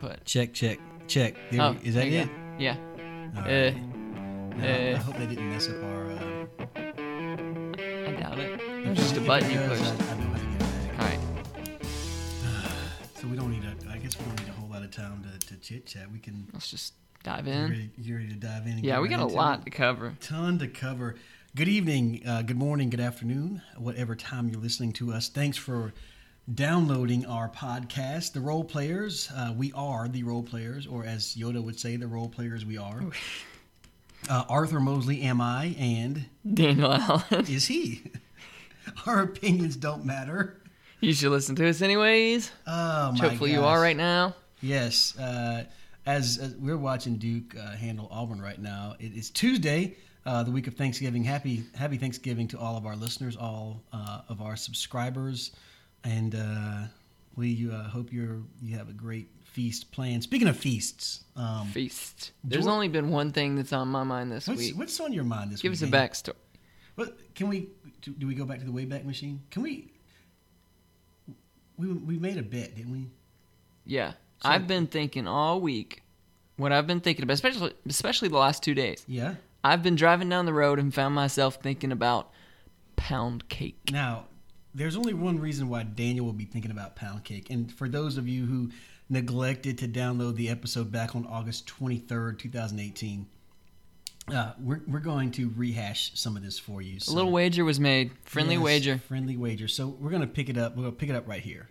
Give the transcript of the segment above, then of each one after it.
But Check, check, check. There Oh, we- is that there you it? yeah, All Uh, No, I- I uh, hope they didn't mess up our. Uh, I doubt it. It's just a button you I, push. I know how to get it back. All right. So we don't need. A, I guess we don't need a whole lot of time to, to chit chat. We can. Let's just dive You in. ready, you ready to dive in? And Yeah, get we right got a into it? lot to cover. Ton to cover. Good evening, uh, good morning, good afternoon, whatever time you're listening to us. Thanks for downloading our podcast, The Role Players. Uh, we are the role players, or as Yoda would say, the role players we are. Oh. Uh, Arthur Mosley am I, and Daniel Allen. is he? Our opinions don't matter. you should listen to us anyways. Oh my Hopefully you are gosh. right now. Yes. Uh, as, as we're watching Duke uh, handle Auburn right now, it is Tuesday, uh, the week of Thanksgiving. Happy Happy Thanksgiving to all of our listeners, all uh, of our subscribers, and uh, we uh, hope you're you have a great feast planned. Speaking of feasts, um, Feast. There's Jor- only been one thing that's on my mind this what's week. what's on your mind this Give week? us a Daniel? backstory. What, can we do, do? We go back to the Wayback Machine? Can we? We we made a bet, didn't we? Yeah. I've been thinking all week what I've been thinking about, especially especially the last two days. Yeah. I've been driving down the road and found myself thinking about pound cake. Now, there's only one reason why Daniel will be thinking about pound cake. And for those of you who neglected to download the episode back on August 23rd, 2018, uh, we're, we're going to rehash some of this for you. A So- little wager was made. Friendly Yes, wager. Friendly wager. So we're going to pick it up. We're going to pick it up right here.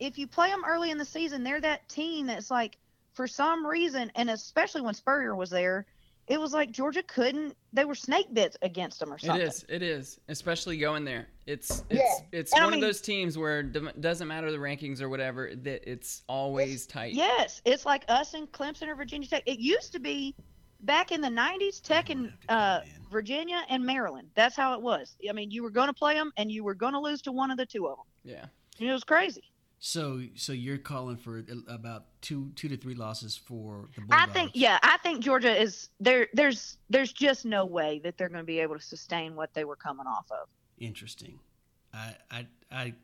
if you play them early in the season, they're that team that's like, for some reason, and especially when Spurrier was there, it was like Georgia couldn't. They were snake bits against them or something. It is. It is. Especially going there. It's Yeah. it's it's And I one mean- of those teams where it dem- doesn't matter the rankings or whatever that it's always tight. Yes, it's like us and Clemson or Virginia Tech. It used to be back in the '90s, Tech and uh, Virginia and Maryland. That's how it was. I mean, you were going to play them, and you were going to lose to one of the two of them. Yeah. It was crazy. So, so you're calling for uh, about two, two to three losses for the I Bulldogs. think, yeah, I think Georgia is there. There's, there's just no way that they're going to be able to sustain what they were coming off of. Interesting. I, I, I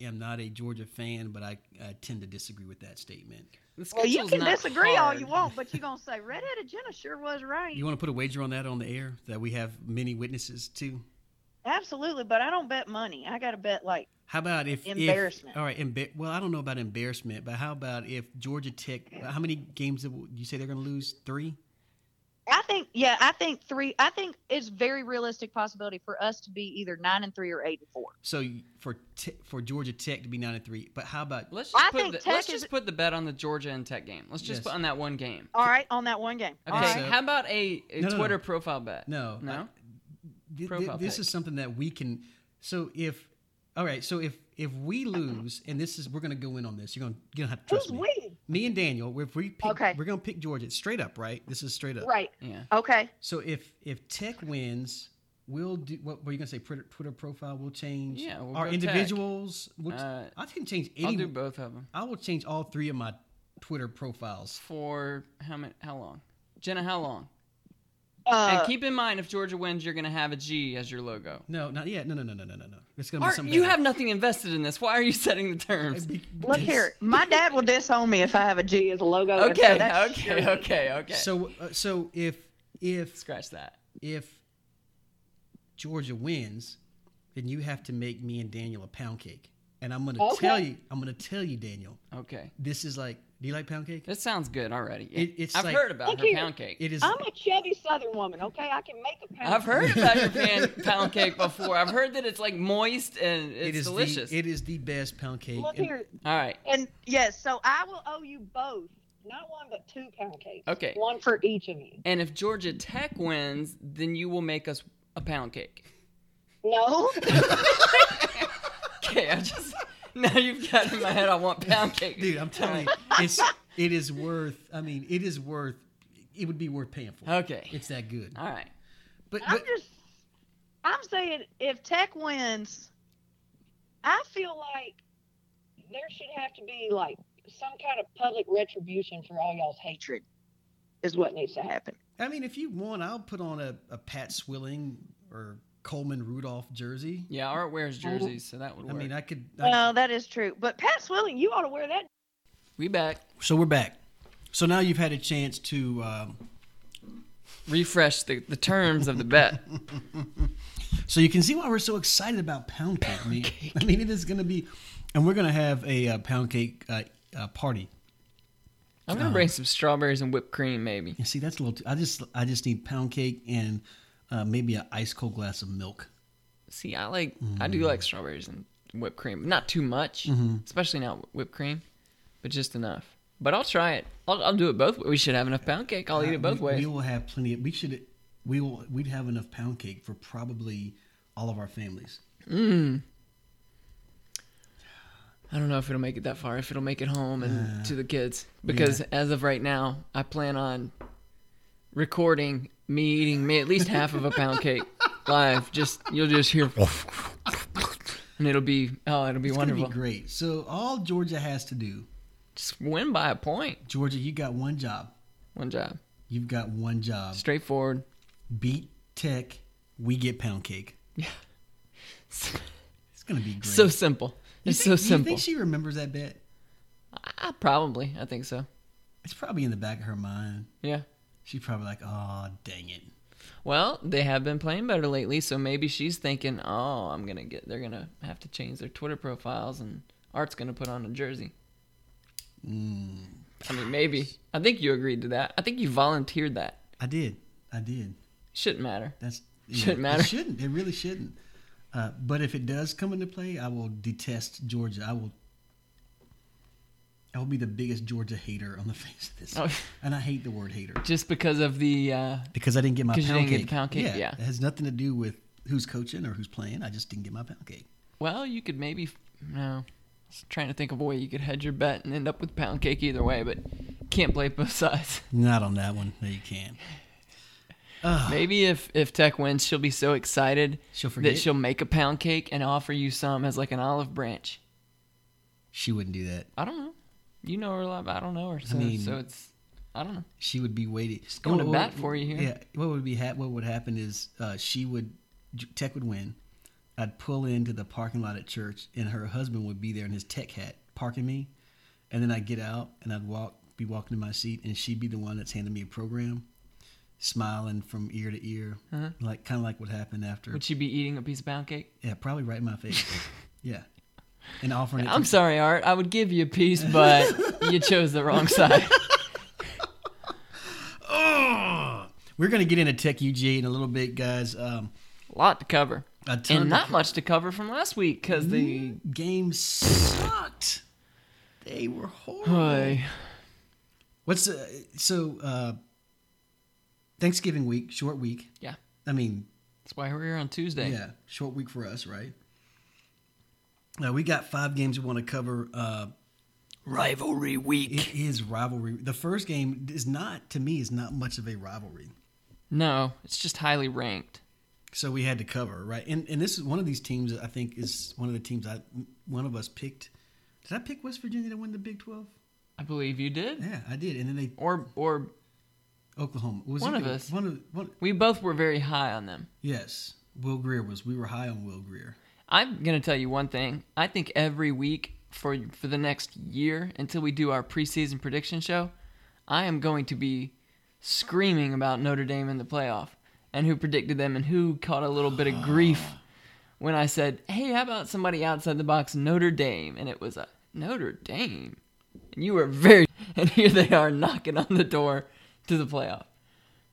am not a Georgia fan, but I, I tend to disagree with that statement. The Well, you schedule's can not disagree all you hard. want, but you're gonna say redheaded Jenna sure was right. You want to put a wager on that on the air that we have many witnesses to? Absolutely, but I don't bet money. I gotta bet like How about if if- Embarrassment. all right, embar- well, I don't know about embarrassment, but how about if Georgia Tech? How many games did you say they're going to lose? Three. I think yeah, I think three. I think it's very realistic possibility for us to be either nine and three or eight and four. So you- for te- for Georgia Tech to be nine and three, but how about Let's just I put think the, Tech let's is- just put the bet on the Georgia and Tech game. Let's just Yes. put on that one game. All right, on that one game. Okay. All right. so- How about a, a No, no, no. Twitter profile bet? no No. I- th- th- Profile this pic. is something that we can. So if all right, so if if we lose, and this is we're going to go in on this. You're going to you're going to have to trust Who's me. we? Me and Daniel, if we pick, Okay. we're going to pick Georgia straight up, right? This is straight up. Right. yeah. Okay. So if if Tech wins, we'll do. What were you gonna say? Twitter, Twitter profile will change. Yeah, we'll our go Tech. individuals. We'll, Uh, I can change I'll any. do both of them. I will change all three of my Twitter profiles. For how many, How long? Jenna, how long? Uh, and keep in mind, if Georgia wins, you're going to have a G as your logo. No, not yet. No, no, no, no, no, no, no. It's gonna be Art, something. you better. have nothing invested in this. Why are you setting the terms? Be- look because- here. My dad will disown me if I have a G as a logo. and so Okay, that's sure. okay, okay, okay. So uh, so if if scratch that. if Georgia wins, then you have to make me and Daniel a pound cake. And I'm gonna tell Okay. you. I'm gonna tell you, Daniel. Okay, This is like. Do you like pound cake? that sounds good already. Yeah. It- it's I've like- heard about Thank her you. pound cake. It is. I'm a chubby Southern woman. Okay, I can make a pound. I've heard about your pan, pound cake before. I've heard that it's like moist and it's it is delicious. The, it is the best pound cake. Look And- here. All right, And yes, so I will owe you both, not one but two pound cakes. Okay. One for each of you. and if Georgia Tech wins, then you will make us a pound cake. No. Okay, I just now you've got in my head. I want pound cake, dude i'm telling you All it's it is worth i mean it is worth it would be worth paying for right. Okay, it's that good all right. but, I'm but just I'm saying if Tech wins, I feel like there should have to be like some kind of public retribution for all y'all's hatred is what needs to happen. i mean if you want i'll put on a, a pat swilling or coleman rudolph jersey Yeah, Art wears jerseys, so that would i work. mean i could I, Well, that is true. But Pat Swilling, you ought to wear that we back. So we're back. So now you've had a chance to. Um, Refresh the, the terms of the bet. so you can see why we're so excited about pound cake. I mean, cake. I mean, it is going to be, and we're going to have a uh, pound cake uh, uh, party. I'm gonna bring some strawberries and whipped cream, maybe. You see, that's a little. Too, I just, I just need pound cake and uh, maybe an ice cold glass of milk. See, I like I do Mm. like strawberries and whipped cream, but not too much, Mm-hmm. especially not whipped cream, but just enough. But I'll try it. I'll, I'll do it both. We should have enough pound cake. I'll eat it both we, ways. We will have plenty. Of, we should. We will. We'd have enough pound cake for probably all of our families. I don't know if it'll make it that far. If it'll make it home and to the kids, because as of right now, I plan on recording me eating me at least half of a pound cake live. Just you'll just hear, and it'll be oh, it'll be Oh. It's wonderful. gonna be great. So all Georgia has to do, Just win by a point. Georgia, you got one job. One job, You've got one job. straightforward. Beat Tech. We get pound cake. Yeah, It's gonna be great. so simple. You It's think- so do You simple. think she remembers that bet? Ah, probably. I think so. It's probably in the back of her mind. Yeah. She's probably like, "Oh, dang it." Well, they have been playing better lately, so maybe she's thinking, "Oh, I'm gonna get. They're gonna have to change their Twitter profiles, and Art's gonna put on a jersey." Mm. I mean, maybe. I think you agreed to that. I think you volunteered that. I did. I did. Shouldn't matter. That's Shouldn't matter. It shouldn't. It really shouldn't. Uh, but if it does come into play, I will detest Georgia. I will. I will be the biggest Georgia hater on the face of this, Oh. and I hate the word hater Just because of the. Uh, because I didn't get my 'Cause you pound didn't get cake. the pound cake, yeah. it has nothing to do with who's coaching or who's playing. I just didn't get my pound cake. well, you could maybe. No, I was trying to think of a way you could hedge your bet and end up with pound cake either way, but can't play both sides. Not on that one. No, you can. Maybe if if Tech wins, she'll be so excited She'll that forget. she'll make a pound cake and offer you some as like an olive branch. She wouldn't do that. I don't know. You know her a lot, but I don't know her. So, mean- so it's I don't know. She would be waiting. going What- to what- bat for you here. Yeah. What would be hap- what would happen is uh, she would Tech would win. I'd pull into the parking lot at church, and her husband would be there in his Tech hat parking me, and then I'd get out and I'd walk be walking to my seat, and she'd be the one that's handing me a program, smiling from ear to ear, Uh-huh. like kind of like what happened after. Would she be eating a piece of pound cake? yeah, probably right in my face. yeah, and offering it. I'm to, sorry, Art. I would give you a piece, but you chose the wrong side. Ugh! we're gonna get into Tech UG in a little bit, guys. Um, A lot to cover. a ton And to not much to cover from last week because the game sucked. They were horrible. Oy. What's uh, so uh, Thanksgiving week, short week. yeah. I mean, That's why we're here on Tuesday. yeah, short week for us, right? Now we got five games we want to cover. Uh, Rivalry week. it is rivalry. The first game is not to me is not much of a rivalry, No, it's just highly ranked. so we had to cover right. And and this is one of these teams that I think is one of the teams I one of us picked. Did I pick West Virginia to win the Big Twelve? I believe you did. Yeah, I did. And then they Or or Oklahoma was One it- of us. One of one. we both were very high on them. Yes, Will Greer was. We were high on Will Greer. I'm gonna tell you one thing. I think every week for for the next year until we do our preseason prediction show, I am going to be screaming about Notre Dame in the playoff and who predicted them and who caught a little bit of grief when I said, "Hey, how about somebody outside the box, Notre Dame?" And it was a Notre Dame, and you were very. And here they are knocking on the door to the playoff.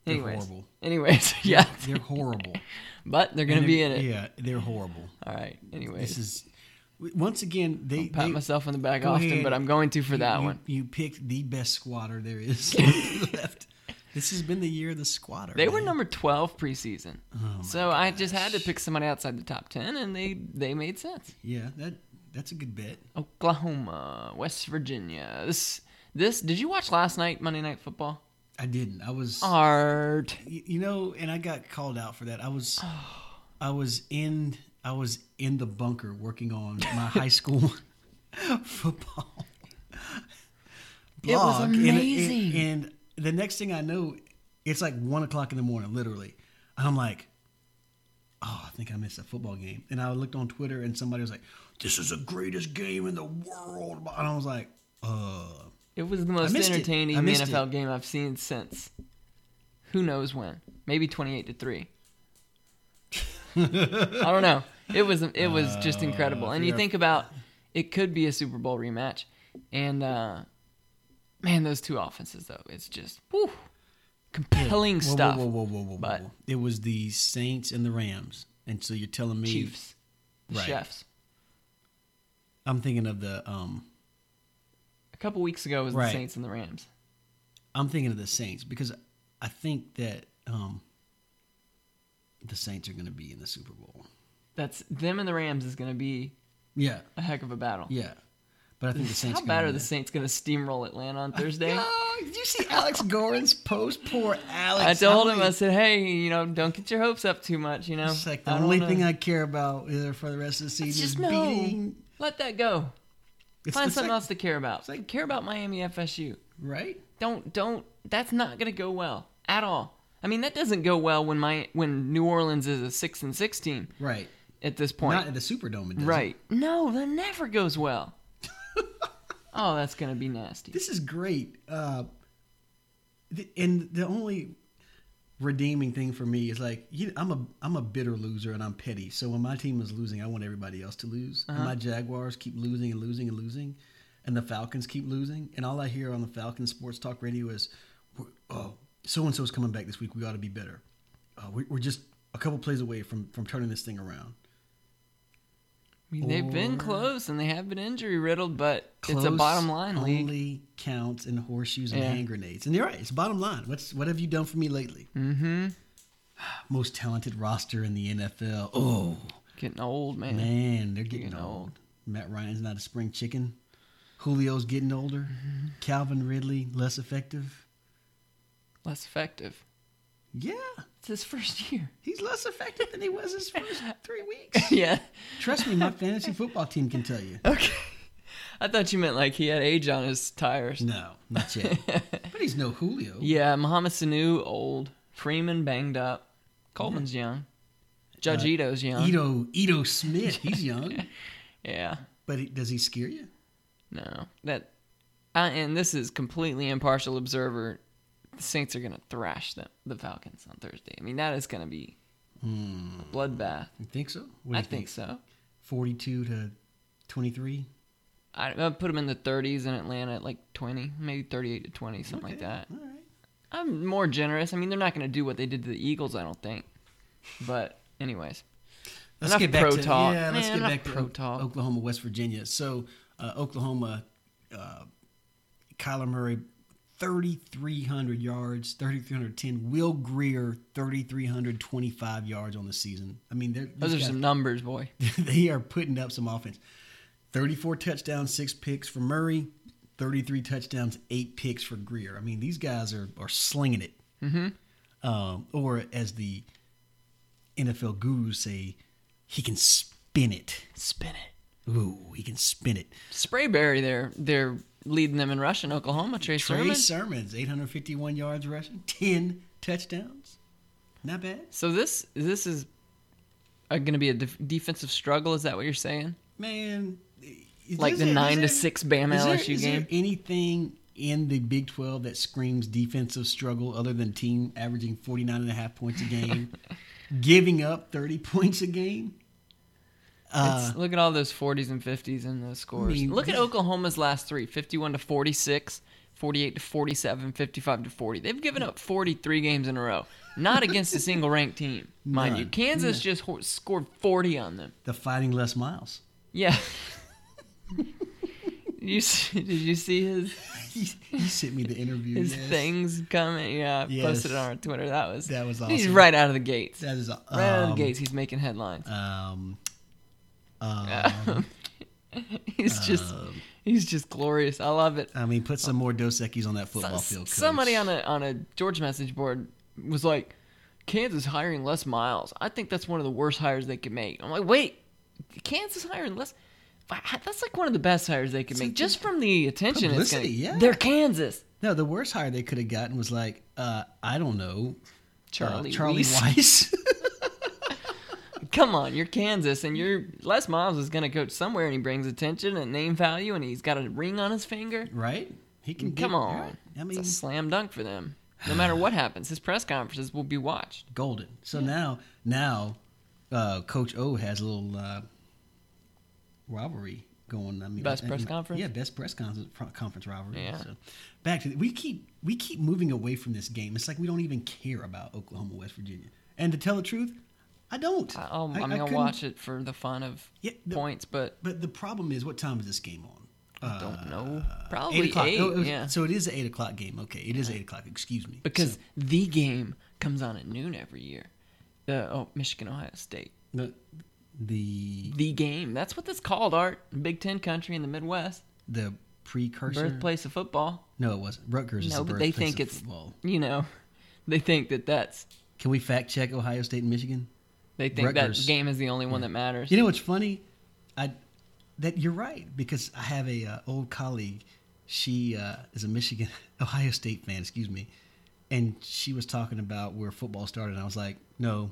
They're Anyways, horrible. anyways, yeah, They're horrible. but they're gonna be in it. Yeah, they're horrible. All right. Anyways, This is w- once again they pat they- myself on the back go often, ahead. but I'm going to for you- that you- one. You picked the best squatter there is left. This has been the year of the squatter. They were man. number 12 preseason, Oh so I just had to pick somebody outside the top 10, and they they made sense. Yeah, that that's a good bet. Oklahoma, West Virginia. This this did you watch last night Monday Night Football? I didn't. I was Art. y- you know, and I got called out for that. I was I was in I was in the bunker working on my high school football It was blog, and- and- amazing. And, the next thing I know, it's like one o'clock in the morning, literally. And I'm like, oh, I think I missed a football game. And I looked on Twitter, and somebody was like, this is the greatest game in the world. And I was like, uh, It was the most missed it. entertaining I missed NFL game I've seen since. Who knows when? Maybe twenty-eight to three. I don't know. It was it was just incredible. And you yeah. think about it could be a Super Bowl rematch, and uh, man, those two offenses though, it's just whew, compelling Whoa, stuff. Whoa, whoa, whoa, whoa, whoa, but- whoa. It was the Saints and the Rams. And so you're telling me Chiefs, Right. Chefs. I'm thinking of the um A couple weeks ago was Right. the Saints and the Rams. I'm thinking of the Saints because I think that um the Saints are going to be in the Super Bowl. That's them and the Rams is going to be Yeah. a heck of a battle. Yeah. But I think the Saints How bad are gonna the win. Saints going to steamroll Atlanta on Thursday? Oh, did you see Alex Gorin's post? Poor Alex. I told How him, I many- said, hey, you know, don't get your hopes up too much, you know. It's like the I don't only know. thing I care about is for the rest of the season It's is just no. beating. Let that go. It's Find the something sec- else to care about. like- care about Miami FSU. right? Don't don't that's not gonna go well at all. I mean that doesn't go well when my when New Orleans is a six and six team Right. at this point. Not in the Superdome. It doesn't. right. No, that never goes well. oh, that's gonna be nasty. This is great. Uh, th- and the only redeeming thing for me is like you I'm a I'm a bitter loser and I'm petty. So when my team is losing, I want everybody else to lose. And my Jaguars keep losing and losing and losing, and the Falcons keep losing. And all I hear on the Falcons sports talk radio is, "We're- "Oh, so and so's coming back this week. We ought to be better. Uh, we, we're just a couple plays away from from turning this thing around." I mean, they've been Or- close and they have been injury riddled, but it's a Close bottom line league. Only counts in horseshoes and Yeah. hand grenades. And you're right. It's bottom line. What's what have you done for me lately? Mm-hmm. Most talented roster in the NFL. Oh Getting old, man. man, they're getting Getting old. old. Matt Ryan's not a spring chicken. Julio's getting older. Mm-hmm. Calvin Ridley less effective. Less effective. Yeah, It's his first year. he's less effective than he was his first three weeks. yeah. Trust me, my fantasy football team can tell you. Okay. I thought you meant like he had age on his tires. No, not yet. but he's no Julio. Yeah, Mohamed Sanu old, Freeman banged up, Coleman's young, Judge Uh, Ito's young. Ito Ito Smith. He's young, Yeah, but he, does he scare you? no, that, I, and this is completely impartial observer. The Saints are gonna thrash them, the Falcons on Thursday. I mean, that is gonna be a bloodbath. You think so? Hmm. What do I you think, so. 42 to 23. I, I put them in the 30s in Atlanta at like 20, maybe 38 to 20, something like Okay, that. All right. I'm more generous. I mean, they're not gonna do what they did to the Eagles, I don't think. But anyways. Let's Enough get back pro to talk. yeah. Let's Man, get enough back to pro O- talk. Oklahoma, West Virginia. So uh, Oklahoma, uh, Kyler Murray, thirty three hundred yards, thirty three hundred ten. Will Greer, thirty three hundred twenty five yards on the season. I mean, they're, Those are these some numbers, boy. guys- they are putting up some offense. Thirty four touchdowns, six picks for Murray. Thirty three touchdowns, eight picks for Greer. I mean, these guys are are slinging it. Mm-hmm. um, or as the NFL gurus say, he can spin it. Spin it. Ooh, he can spin it. Sprayberry, they're they're leading them in rushing. Oklahoma. Trey, Trey Sermon. Sermons, 851 yards rushing, 10 touchdowns. Not bad. So this this is going to be a def- defensive struggle. Is that what you're saying? Man, is- Like is the there- is nine to there- six Bama is there- LSU is there game? anything in the Big 12 that screams defensive struggle other than team averaging 49 and a half points a game, giving up 30 points a game? Uh, It's- look at all those 40s and 50s in those scores. mean, look at yeah. Oklahoma's last three: 51 to 46, 48 to 47, 55 to 40. They've given up 43 games in a row, not against a single ranked team, mind you. None. Kansas just ho- scored 40 on them. The fighting Les Miles. Yeah. you s- did you see his he, he sent me the interview. his yes. things coming. Yeah, I posted it Yes. on our Twitter. That was That was He's awesome. right out of the gates. That is a, right out of the um, gates, he's making headlines. Um, um, he's just he's just glorious. I love it. I mean, put some more Dos Equis on that football S- field. Coach. Somebody on a on a George message board was like, Kansas hiring Les Miles. I think that's one of the worst hires they could make. I'm like, wait, Kansas hiring Les. That's like one of the best hires they could make, just from the attention. It's gonna, Publicity, yeah. Uh, They're Kansas. no, the worst hire they could have gotten was like, uh, I don't know, Charlie, uh, Charlie Weiss. Weiss. Come on, you're Kansas, and you're Les Miles is going to coach somewhere, and he brings attention and name value, and he's got a ring on his finger. right? He can Come get- on. I mean, it's a slam dunk for them. No matter what happens, his press conferences will be watched. golden. So now, now, uh, Coach O has a little uh, rivalry going. I mean, Best I- I- press conference? Yeah, best press conference, conference rivalry. Yeah. So back to the, we keep we keep moving away from this game. It's like we don't even care about Oklahoma West Virginia. And to tell the truth, I don't. I, I'll, I, mean, I will couldn't- watch it for the fun of Yeah, the- points, but But the problem is, what time is this game on? I don't know. Uh, Probably eight. o'clock. Oh, it was- yeah, So it is an eight o'clock game. Okay, it is eight o'clock. Excuse me. because the game comes on at noon every year. The oh, Michigan Ohio State. the the, The game. That's what that's called. Art Big Ten country in the Midwest, the precursor. birthplace of football. No, it wasn't. Rutgers is No, the but they birthplace think of it's- football. You know, they think that that's Can we fact check Ohio State and Michigan? they think Rutgers. that game is the only one that matters. You know what's funny? I that you're right because I have a uh, old colleague. She uh, is a Michigan Ohio State fan. Excuse me, and she was talking about where football started. And I was like, no,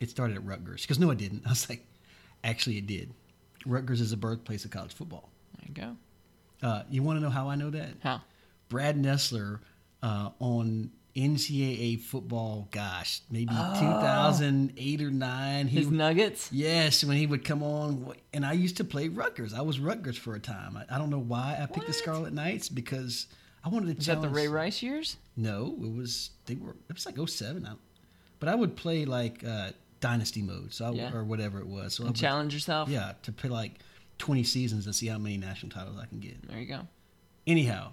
it started at Rutgers. She goes, no, it didn't. I was like, actually, it did. Rutgers is the birthplace of college football. There you go. Uh, you want to know how I know that? How? Brad Nessler uh, on NCAA football. Gosh, maybe 2008 or nine. He, Oh. His Nuggets. yes, when he would come on, and I used to play Rutgers. I was Rutgers for a time. I, I don't know why I picked the What? Scarlet Knights because I wanted to. Is that challenge. the Ray Rice years? No, it was they were. It was like 07. I, but I would play like uh, Dynasty mode, so I, Yeah. or whatever it was. So I And would, challenge yourself. yeah, to play like 20 seasons and see how many national titles I can get. There you go. Anyhow,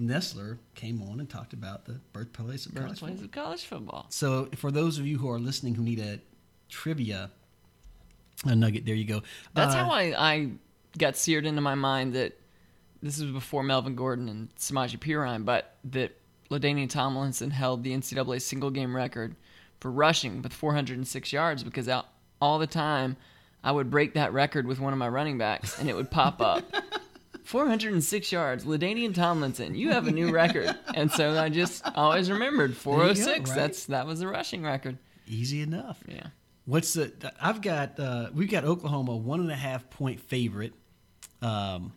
Nestler came on and talked about the birthplace of college Birthplace football. of college football. So, for those of you who are listening who need a trivia a nugget, there you go. That's Uh, how I, I got seared into my mind that this was before Melvin Gordon and Samaje Perine, but that Ladainian Tomlinson held the NCAA single game record for rushing with 406 yards because out all the time I would break that record with one of my running backs and it would pop up. 406 yards, Ladainian Tomlinson. You have a new record, and so I just always remembered 406. right? That's that was the rushing record. easy enough. Yeah. What's the? I've got. Uh, we've got Oklahoma one and a half point favorite. Um,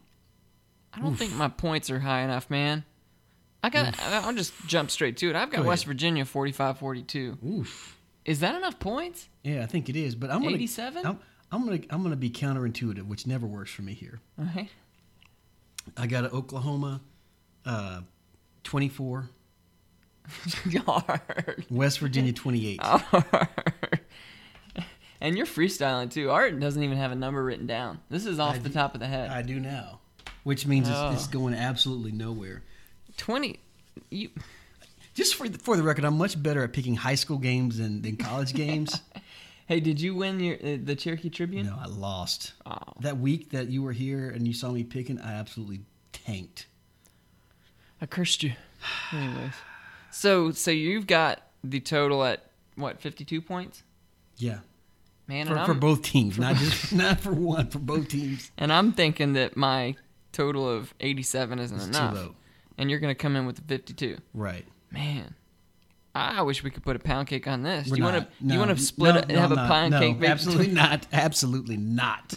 I don't think my points are high enough, man. I got. I- I'll just jump straight to it. I've got Go West ahead. Virginia 45-42. oof. Is that enough points? Yeah, I think it is. But I'm gonna 87? I'm, I'm gonna I'm gonna be counterintuitive, which never works for me here. All right. I got an Oklahoma uh, 24, Yard. West Virginia 28. Oh, Yard. And you're freestyling too. Art doesn't even have a number written down. This is off I the do- top of the head. I do now, which means Oh. it's, it's going absolutely nowhere. Twenty. You, Just for the, for the record, I'm much better at picking high school games than, than college games. hey, did you win your uh, the Cherokee Tribune? no, I lost Oh. that week that you were here and you saw me picking. I absolutely tanked. I cursed you. Anyways, so so you've got the total at what 52 points, Yeah, man. for, and for I'm- both teams, not just not for one, for both teams. And I'm thinking that my total of 87 isn't It's enough. too low, And you're going to come in with 52. right? Man. I wish we could put a pound cake on this. We're Do you want not. to? you want No, to split no, it and no, have no, a pound no, cake? Absolutely not. Absolutely not.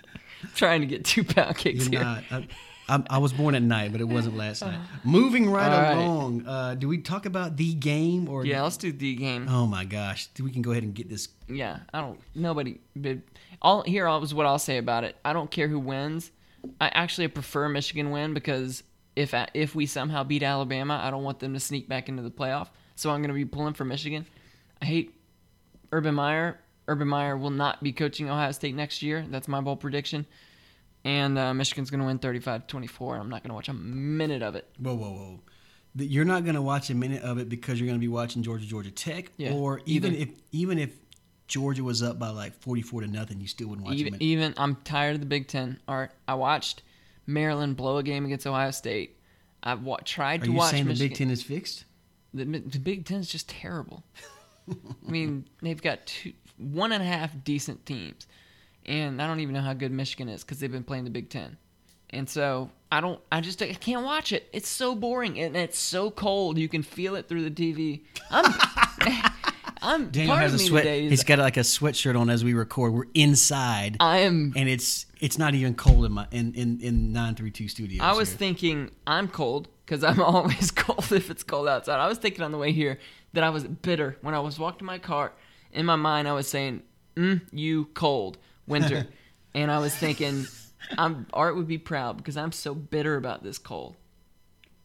trying to get two pound cakes You're here. not. I, I'm- I was born at night, but it wasn't last night. Moving right All right. along, uh, do we talk about the game or? Yeah, let's do the game. Oh my gosh, we can go ahead and get this. Yeah, I don't. Nobody. bid- All here is what I'll say about it. I don't care who wins. I actually prefer Michigan win because if I, if we somehow beat Alabama, I don't want them to sneak back into the playoff. So I'm going to be pulling for Michigan. I hate Urban Meyer. Urban Meyer will not be coaching Ohio State next year. That's my bold prediction. And uh, Michigan's going to win 35-24. I'm not going to watch a minute of it. Whoa, whoa, whoa! That You're not going to watch a minute of it because you're going to be watching Georgia, Georgia Tech, Yeah, or even either. if even if Georgia was up by like 44 to nothing, you still wouldn't watch a even, minute. even I'm tired of the Big Ten. All right, I watched Maryland blow a game against Ohio State. I've wa- tried Are to you watch saying the Michigan. Big Ten is fixed? The, Mi- the Big Ten's just terrible. I mean, they've got two, one and a half decent teams, and I don't even know how good Michigan is because they've been playing the Big Ten. And so I don't, I just I can't watch it. It's so boring and it's so cold. You can feel it through the TV. I'm, I'm Daniel part has a of me sweat. today is- Um, He's got like a sweatshirt on as we record. We're inside, I am. and it's it's not even cold in my in in, in nine three two studios. I was here. thinking I'm cold because I'm always cold if it's cold outside. I was thinking on the way here that I was bitter when I was walking to my car. In my mind, I was saying, mm, "You cold winter," and I was thinking, "I'm Art would be proud because I'm so bitter about this cold."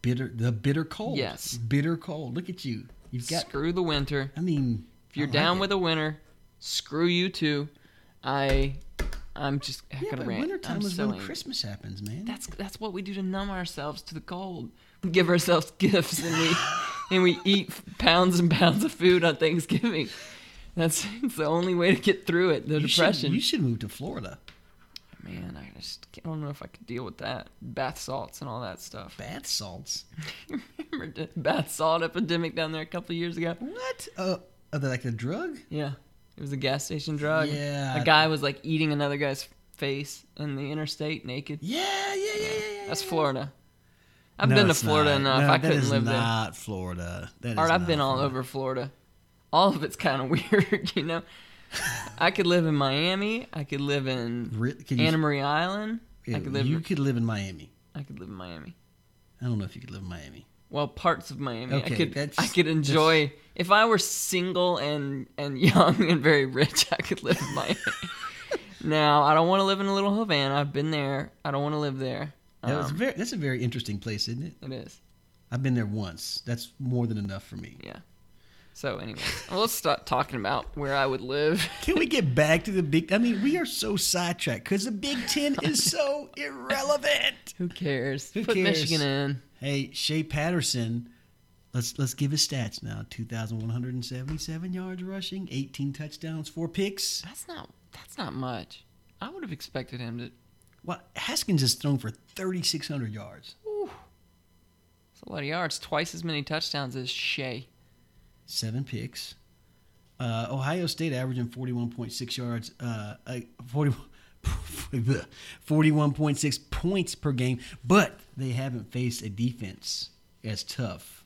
bitter the bitter cold. Yes. bitter cold. Look at you. You've got. Screw the winter. I mean, If you're down with a winter, screw you too. I, I'm just I yeah, gotta but rant. wintertime I'm is so when angry. Christmas happens, man. That's that's what we do to numb ourselves to the cold. We give ourselves gifts and we and we eat pounds and pounds of food on Thanksgiving. That's it's the only way to get through it. The You should- depression. you should move to Florida. Man, I just I don't know if I could deal with that. Bath salts and all that stuff. Bath salts. Remember the bath salt epidemic down there a couple years ago? What? Uh, are they like a drug? Yeah. It was a gas station drug. Yeah. A guy was like eating another guy's face in the interstate naked. Yeah, yeah, yeah, yeah. yeah, That's yeah. Florida. I've No, been to it's Florida not. enough. No, I that couldn't is live there. not Florida. That is Art, I've not been all Florida. over Florida. All of it's kind of weird, you know. I could live in Miami. I could live in Re- Could you, Anna Marie Island. yeah, I could live. you in, could live in Miami. I could live in Miami. I don't know if you could live in Miami. Well, parts of Miami. Okay, I could. that's- I could enjoy. If I were single and and young and very rich, I could live in Miami. now, I don't want to live in a little Havana. I've been there. I don't want to live there. That was Um, very, that's a very interesting place, isn't it? it is. I've been there once. That's more than enough for me. Yeah. So, anyway, let's stop talking about where I would live. Can we get back to the big? I mean, we are so sidetracked because the Big Ten is so irrelevant. Who cares? Who Put cares? Michigan in. Hey, Shea Patterson. Let's let's give his stats now. Two thousand one hundred and seventy-seven yards rushing, eighteen touchdowns, four picks. That's not that's not much. I would have expected him to. Well, Haskins has thrown for thirty-six hundred yards. It's a lot of yards, twice as many touchdowns as Shea. seven picks. Uh, Ohio State averaging 41.6 yards, uh, uh, 40, 41.6 points per game, but they haven't faced a defense as tough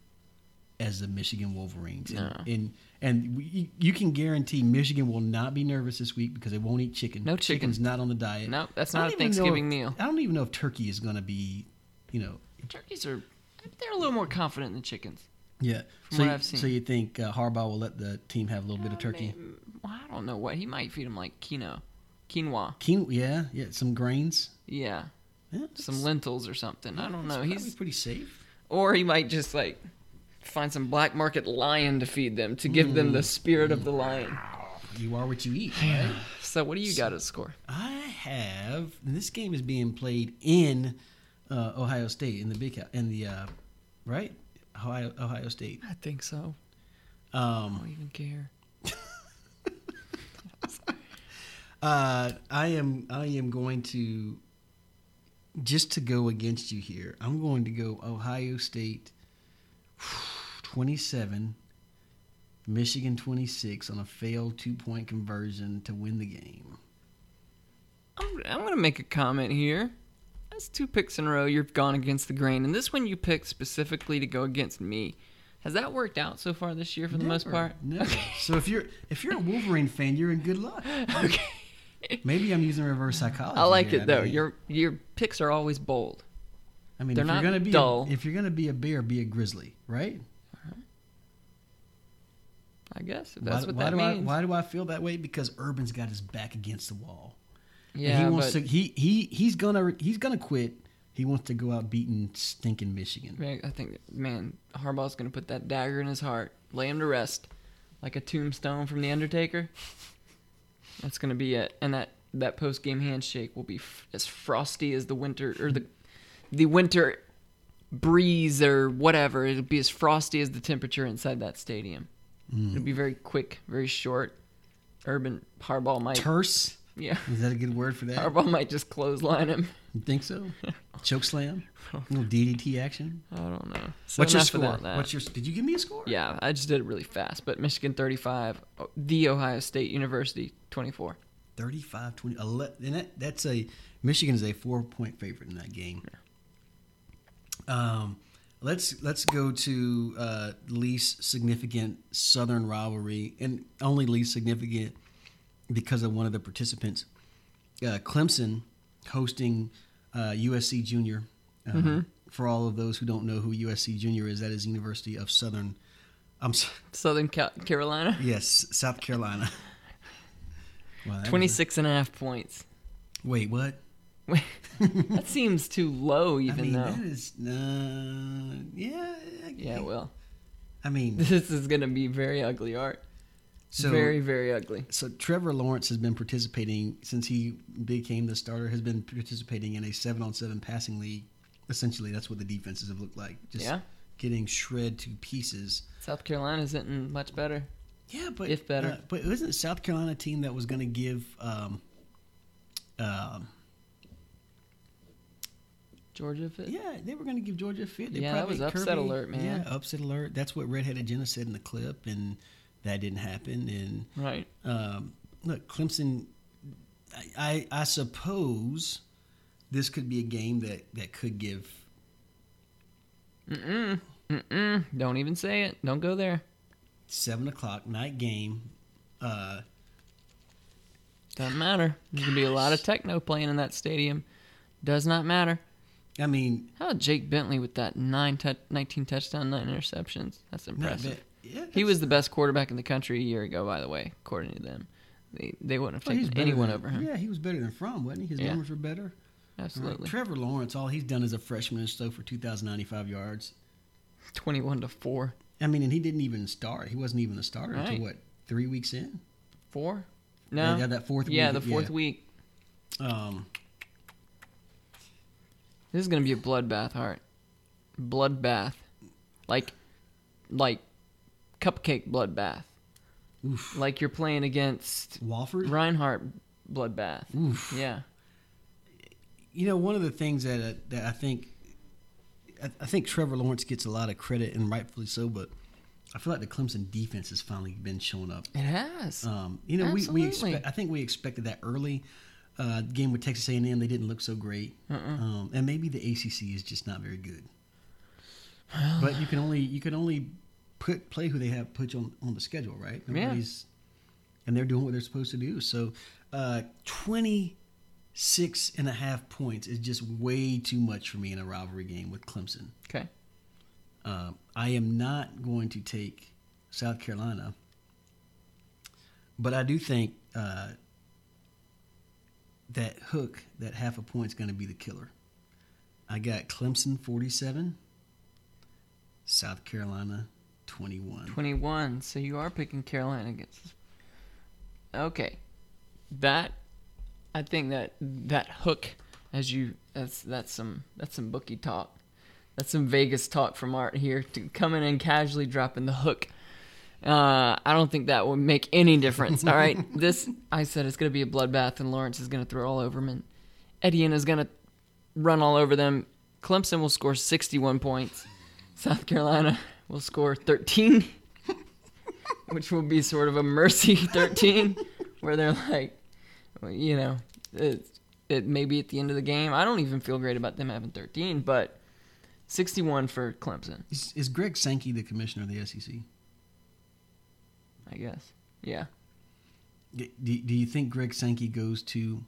as the Michigan Wolverines. And, and, and you, you can guarantee Michigan will not be nervous this week because they won't eat chicken. No chicken. Chicken's not on the diet. No, that's I not a don't even know Thanksgiving if- meal. I don't even know if turkey is going to be, you know, Turkeys are they're a little more confident than chickens. yeah. From so, what you, I've seen. so you think uh, Harbaugh will let the team have a little bit of turkey? Well, I don't know what he might feed them like quinoa, quinoa. Quinoa, yeah, yeah, some grains, Yeah, yeah, some that's- lentils or something. I don't that's know. probably He's pretty safe. or he might just like find some black market lion to feed them to give them the Mm. spirit of the lion. You are what you eat, right? So what do you got as score? I have. And this game is being played in uh, Ohio State in the big Hou- in the uh, right Ohio Ohio State. I think so. I Um, don't even care. uh, I am I am going to just to go against you here. I'm going to go Ohio State twenty seven. Michigan 26 on a failed two point conversion to win the game. I'm, I'm going to make a comment here. That's two picks in a row you've gone against the grain, and this one you picked specifically to go against me. Has that worked out so far this year for the most Never, part? never. So if you're if you're a Wolverine fan, you're in good luck. Okay. Maybe I'm using reverse psychology. I like here. it though. mean- Your your picks are always bold. I mean, they're if you're not gonna be dull. A, if you're gonna be a bear, be a grizzly, right? I guess if that's why, what why that do means. I why do I feel that way? Because Urban's got his back against the wall. And yeah, he wants but to he he he's gonna he's gonna quit. He wants to go out beating stinking Michigan. man, I think man Harbaugh's going to put that dagger in his heart, lay him to rest, like a tombstone from the Undertaker. That's going to be it, and that that post game handshake will be f- as frosty as the winter or the the winter breeze or whatever. It'll be as frosty as the temperature inside that stadium. Mm. It'll be very quick, very short. Urban Harbaugh might, Terse yeah, is that a good word for that? Harbaugh might just clothesline him. You think so? Choke slam, little DDT action. I don't know. So What's your enough score? about that. What's your? Did you give me a score? Yeah, I just did it really fast. But Michigan 35, oh, the Ohio State University 24. 35 20 ele- and that, that's a michigan is a four point favorite in that game um, Let's let's go to uh, least significant Southern rivalry, and only least significant because of one of the participants, uh, Clemson, hosting uh, USC Junior. Uh, For all of those who don't know who USC Junior is, that is University of Southern. I'm s Southern Ca- Carolina, yes, South Carolina. Wow, that was a- 26 and a half points. Wait, what? that seems too low, I even mean, though. that is uh, yeah. I- Yeah, well, I mean, this is gonna be very ugly art. so very, very ugly. so Trevor Lawrence has been participating since he became the starter. Has been participating in a seven on seven passing league. Essentially, that's what the defenses have looked like. Just Yeah. getting shred to pieces. South Carolina's isn't much better. Yeah, but If better. uh, but wasn't South Carolina a team that was going to give um, um, Georgia fit. Yeah, they were going to give Georgia a fit. They Yeah, that probably- was upset alert, man. Yeah, upset alert. That's what redheaded Jenna said in the clip, and that didn't happen. Right. And um, look, Clemson. I, I I suppose this could be a game that that could give. Mm-mm. Mm-mm. Don't even say it. Don't go there. Seven o'clock night game. Uh, Doesn't matter. There's gonna be a lot of techno playing in that stadium. Does not matter. I mean, How about Jake Bentley with that nine tou 19 touchdown, nine interceptions? That's not impressive. bad. Yeah, He that's- was the best quarterback in the country a year ago, by the way, according to them. They, they wouldn't have well, he was taken Oh, better anyone than- over him. Yeah, he was better than Fromm, wasn't he? His Yeah. numbers were better. Right. Absolutely. Trevor Lawrence, all he's done as a freshman is throw for two thousand ninety five yards. 21 to 4. I mean, and he didn't even start. He wasn't even a starter Right. until what three weeks in. 4? No. yeah, that fourth. Yeah, week, the fourth week. Um, This is going to be a bloodbath, Hart. Bloodbath. Like, like cupcake bloodbath. oof. Like you're playing against Walford. Reinhardt bloodbath. Oof. Yeah. You know, one of the things that uh, that I think, I, I think Trevor Lawrence gets a lot of credit and rightfully so, but I feel like the Clemson defense has finally been showing up. It has. Um, you know, we, Absolutely. we expect, I think we expected that early. Uh, game with Texas A&M, they didn't look so great, um, and maybe the ACC is just not very good. but you can only you can only put play who they have put on on the schedule, right? and they're doing what they're supposed to do. So, uh, 26 and a half points is just way too much for me in a rivalry game with Clemson. okay. Uh, I am not going to take South Carolina, but I do think uh, that hook, that half a point's going to be the killer. I got Clemson 47, South Carolina 21. 21. So you are picking Carolina against us. Okay. That I think that that hook as you that's that's some that's some bookie talk. That's some Vegas talk from Art here to coming in and casually dropping the hook. Uh, I don't think that would make any difference. All right, this I said it's gonna be a bloodbath, and Lawrence is gonna throw all over them, and Eddie is gonna run all over them. Clemson will score 61 points. South Carolina will score 13, which will be sort of a mercy 13, where they're like, well, you know, it, it may be at the end of the game. I don't even feel great about them having 13, but 61 for Clemson, Is, is Greg Sankey the commissioner of the E SEC? I guess. Yeah. Do, do you think Greg Sankey goes to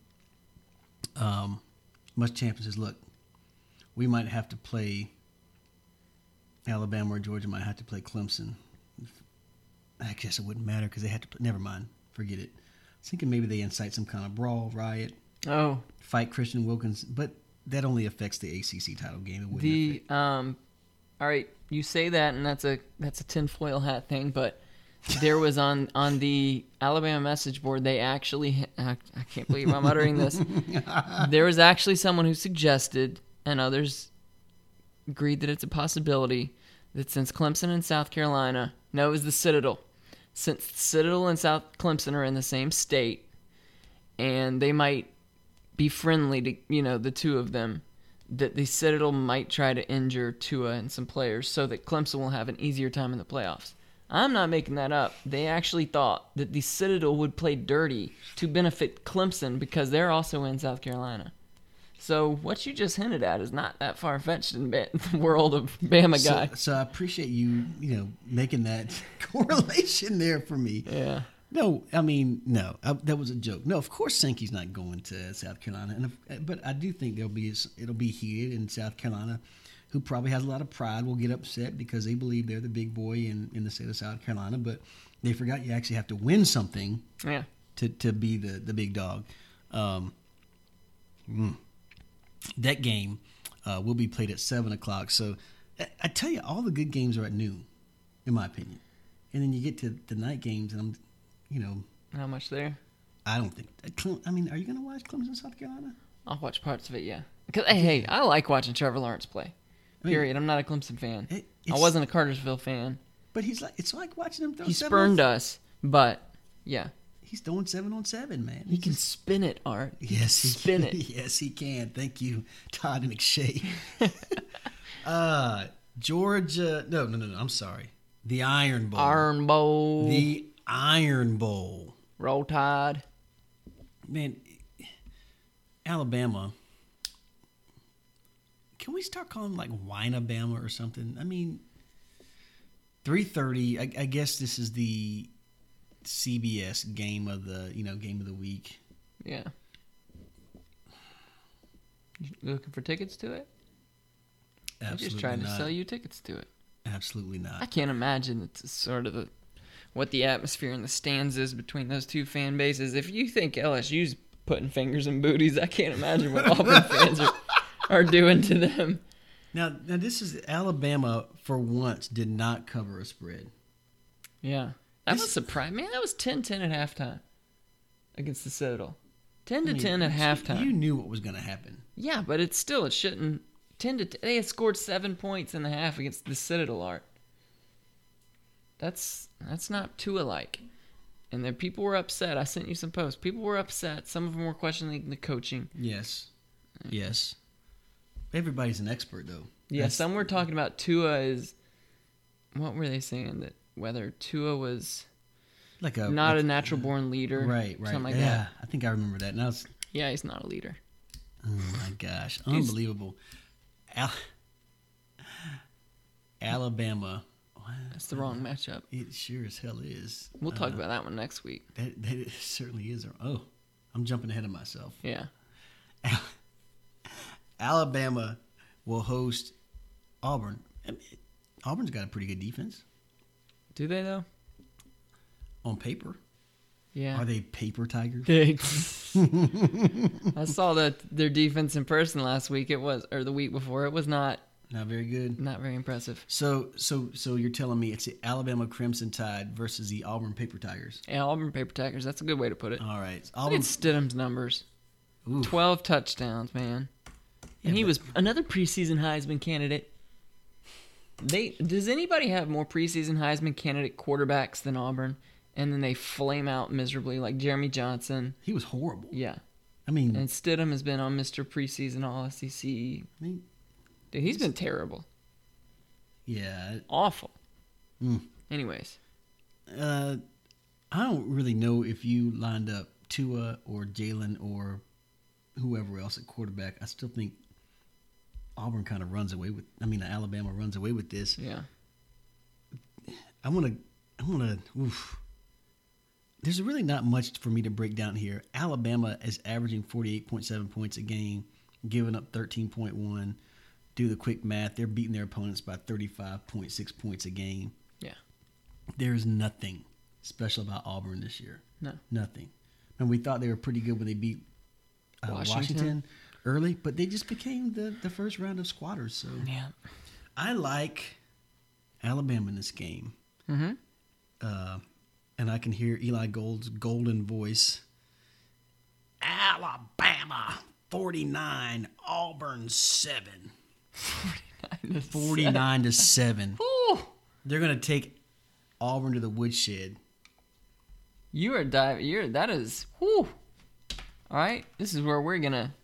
um, Muschamp and says, "Look, we might have to play Alabama or Georgia. Might have to play Clemson. I guess it wouldn't matter because they had to. Play, never mind. Forget it. I was thinking maybe they incite some kind of brawl, riot, Oh, fight Christian Wilkins, but that only affects the ACC title game. It wouldn't the affect- um all right you say that and that's a that's a tinfoil hat thing but there was on on the alabama message board they actually i, I can't believe i'm uttering this there was actually someone who suggested and others agreed that it's a possibility that since clemson and south carolina no it was the citadel since citadel and south clemson are in the same state and they might be friendly to you know the two of them that the Citadel might try to injure Tua and some players so that Clemson will have an easier time in the playoffs. I'm not making that up. They actually thought that the Citadel would play dirty to benefit Clemson because they're also in South Carolina. So what you just hinted at is not that far fetched in ba- the world of Bama So- guy. So, I appreciate you, you know, making that correlation there for me. yeah. No, I mean, no, I, that was a joke. No, of course Sankey's not going to South Carolina, and if, but I do think there'll be s- it'll be here in South Carolina, who probably has a lot of pride will get upset because they believe they're the big boy in, in the state of South Carolina, but they forgot you actually have to win something Yeah. to, to be the, the big dog. Um, mm. that game uh, will be played at seven o'clock. So I, I tell you, all the good games are at noon, in my opinion. And then you get to the night games, and I'm, you know, How much there? I don't think. uh, Cle- I mean, are you going to watch Clemson, South Carolina? I'll watch parts of it. Yeah. Cause hey, hey, I like watching Trevor Lawrence play. I mean, Period. I'm not a Clemson fan. It- I it's- wasn't a Cartersville fan. But he's like, it's like watching him throw. He seven spurned on, us, but yeah, He's throwing seven on seven, man. he can spin it. Art. Yes, he spin can. it. Yes, he can. Thank you, Todd McShay. uh, Georgia. No, no, no, no. I'm sorry. The Iron Bowl. Iron Bowl. the Iron Bowl. Roll Tide. Man, Alabama. Can we start calling them like Wineabama or something? I mean, three thirty. I, I guess this is the CBS game of the you know game of the week. Yeah. You looking for tickets to it? I'm Absolutely just trying not. to sell you tickets to it. Absolutely not. I can't imagine it's sort of the what the atmosphere in the stands is between those two fan bases. If you think LSU's putting fingers in booties, I can't imagine what Auburn fans are, are doing to them. Now, now this is Alabama. For once, did not cover a spread. Yeah. That This- was surprising. Man, that was 10-10 at halftime against the Citadel. 10 to I mean, 10 at you- halftime. You knew what was going to happen. Yeah, but it's still it shouldn't. Ten to t- they had scored seven points in the half against the Citadel Art. That's that's not two alike, and then people were upset. I sent you some posts. People were upset. Some of them were questioning the coaching. Yes, yes. Everybody's an expert, though. Yeah, That's- some were talking about Tua is. What were they saying that whether Tua was like a not like- a natural born leader? Oh, Right, right. Something like yeah, that. I think I remember that. And I was, Yeah, he's not a leader. oh my gosh, unbelievable. Al- Alabama. That's the Uh, wrong matchup. It sure as hell is. We'll talk about that one next week. That, that it certainly is. a- Oh, I'm jumping ahead of myself. Yeah. Al- Alabama will host Auburn. I mean, Auburn's got a pretty good defense Do they though? on paper. Yeah. Are they paper tigers? Thanks. I saw that their defense in person last week. It was, or the week before. It was not Not very good. not very impressive. So, so, so you're telling me it's the Alabama Crimson Tide versus the Auburn Paper Tigers? And Auburn paper tigers. That's a good way to put it. All right, Look at Auburn. Stidham's numbers. Ooh. Twelve touchdowns, man. Yeah, And he but- was another preseason Heisman candidate. They does anybody have more preseason Heisman candidate quarterbacks than Auburn? And then they flame out miserably, like Jeremy Johnson. He was horrible. Yeah, I mean, and Stidham has been on Mr. Preseason All SEC. I mean, Dude, he's been terrible, yeah. awful. Mm. Anyways, Uh, I don't really know if you lined up Tua or Jalen or whoever else at quarterback. I still think Auburn kind of runs away with. I mean, Alabama runs away with this. yeah. I want to. I want to. There's really not much for me to break down here. Alabama is averaging 48.7 points a game, giving up 13.1. Do the quick math. They're beating their opponents by 35.6 points a game. Yeah. There's nothing special about Auburn this year. No. Nothing. And we thought they were pretty good when they beat uh, Washington. Washington. early, but they just became the, the first round of squatters. So Yeah. I like Alabama in this game. Mm-hmm. uh, and I can hear Eli Gold's golden voice. Alabama 49, Auburn 7. 49 to 7. They're going to take Auburn to the woodshed. You are dive. You're that is. Whew. All right. This is where we're gonna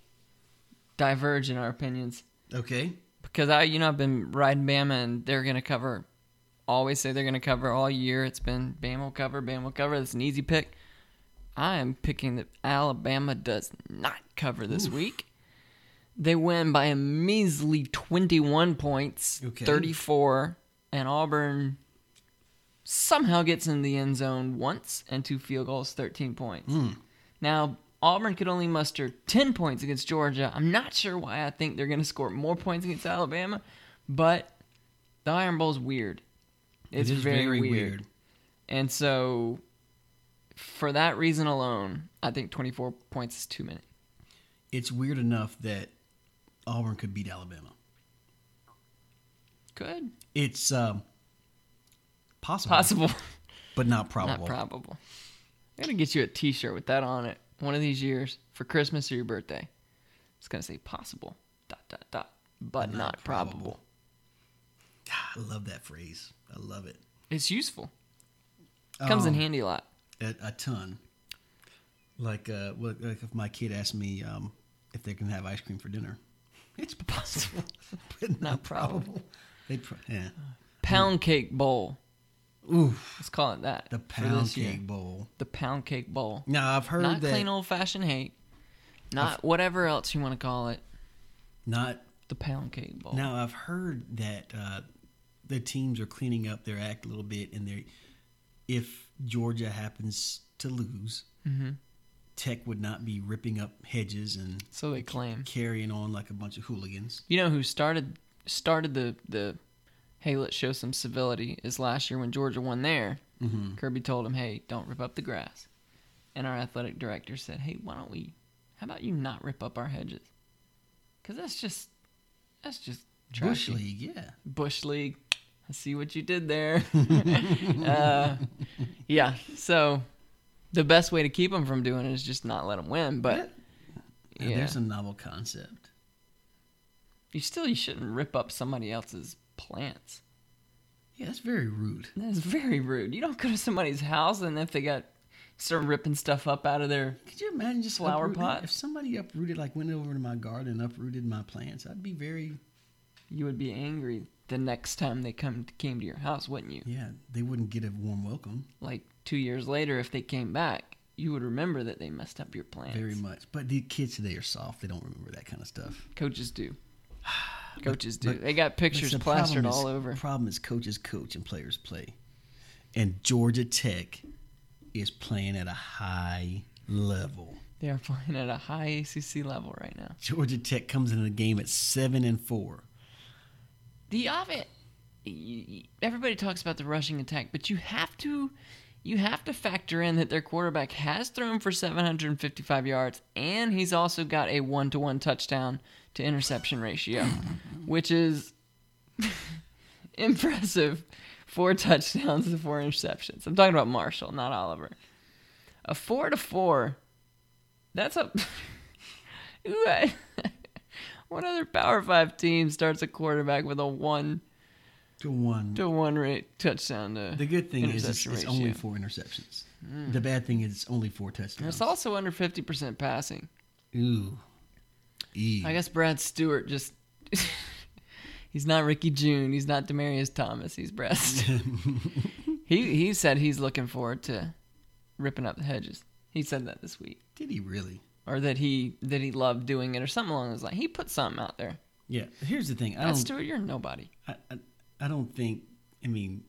diverge in our opinions Okay. because I, you know, I've been riding Bama and they're gonna cover. Always say they're gonna cover all year. It's been Bama will cover. Bama will cover. That's an easy pick. I am picking that Alabama does not cover this week. They win by a measly 21 points, Okay. 34, and Auburn somehow gets in the end zone once and two field goals, 13 points. Now, Auburn could only muster 10 points against Georgia. I'm not sure why I think they're going to score more points against Alabama, but the Iron Bowl's weird. It's It is very, weird. And so, for that reason alone, I think 24 points is too many. It's weird enough that Auburn could beat Alabama. Good. It's um, possible, Possible. but not Not probable. probable. I'm going to get you a t shirt with that on it one of these years for Christmas or your birthday. It's going to say possible, dot, dot, dot, but not, probable. Ah, I love that phrase. I love it. It's useful. Comes in Um, handy a lot. a, a ton. Like, uh, what, like if my kid asked me um, if they can have ice cream for dinner, it's possible, but not probable. They'd pro- yeah. Pound cake bowl. Ooh, Let's call it that. the for this pound cake year. bowl. The pound cake bowl. Now I've heard Not that clean old fashioned hate. Not whatever else you want to call it. not. The pound cake bowl. Now I've heard that uh, the teams are cleaning up their act a little bit, and they if Georgia happens to lose, Mm-hmm. Tech would not be ripping up hedges and So they claim. carrying on like a bunch of hooligans. You know who started started the the hey let's show some civility is last year when Georgia won there. Mm-hmm. Kirby told him, hey, don't rip up the grass, and our athletic director said, hey, why don't we? How about you not rip up our hedges? Because that's just that's just Bush trashy. league, yeah. Bush League. I see what you did there. uh, yeah. So the best way to keep them from doing it is just not let them win. But Now, yeah, uh, There's a novel concept. you still you shouldn't rip up somebody else's plants. Yeah, that's very rude. That's very rude. You don't go to somebody's house and if they got start ripping stuff up out of their Could you imagine just Flower uprooting- pot? If somebody uprooted, like went over to my garden and uprooted my plants, I'd be very you would be angry the next time they come came to your house, wouldn't you? yeah. They wouldn't get a warm welcome Like two years later, if they came back, you would remember that they messed up your plants. very much. But the kids today are soft. They don't remember that kind of stuff. Coaches do. Coaches do. but- they got But pictures the problem plastered is- all over. Problem is, coaches coach and players play, and Georgia Tech is playing at a high level. They are playing at a high ACC level right now. Georgia Tech comes into the game at seven and four. The offense. Everybody talks about the rushing attack, but you have to, you have to factor in that their quarterback has thrown for 755 yards, and he's also got a one-to-one touchdown to interception ratio, which is impressive. Four touchdowns to four interceptions. I'm talking about Marshall, not Oliver. A four to four. That's a. Ooh, I- what other Power Five team starts a quarterback with a one To one. to one rate touchdown to The good thing is it's, interception it's only ratio. Hmm. four interceptions. The bad thing is it's only four And touchdowns. It's also under fifty percent passing. Ooh. Ew. I guess Brad Stewart just he's not Ricky June, he's not Demarius Thomas, he's Brad Stewart. he he said he's looking forward to ripping up the hedges. He said that this week. Did he really? Or that he that he loved doing it or something along those lines. He put something out there. Yeah. Here's the thing. I Brad don't. Stewart, you're nobody. I, I, I don't think. I mean.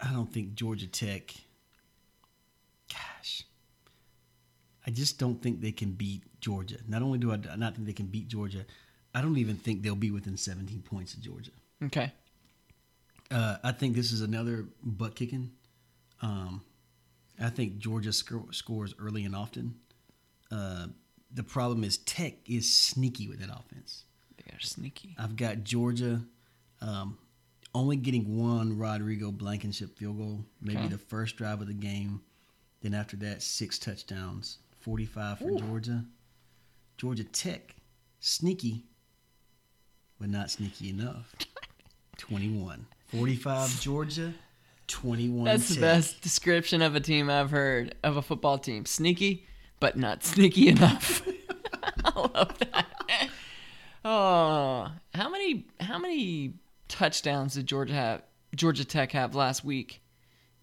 I don't think Georgia Tech. Gosh. I just don't think they can beat Georgia. Not only do I d- not think they can beat Georgia, I don't even think they'll be within 17 points of Georgia. Okay. Uh, I think this is another butt kicking. Um, I think Georgia sc- scores early and often. Uh, the problem is Tech is sneaky with that offense. They are sneaky. I've got Georgia um, only getting one Rodrigo Blankenship field goal, maybe Okay. the first drive of the game. Then after that, six touchdowns, 45 for Georgia. Georgia Tech, sneaky, but not sneaky enough. 21. 45 Georgia, 21 That's the Tech. best description of a team I've heard of a football team. Sneaky, but not sneaky enough. I love that. Oh, how many how many touchdowns did Georgia have? Georgia Tech have last week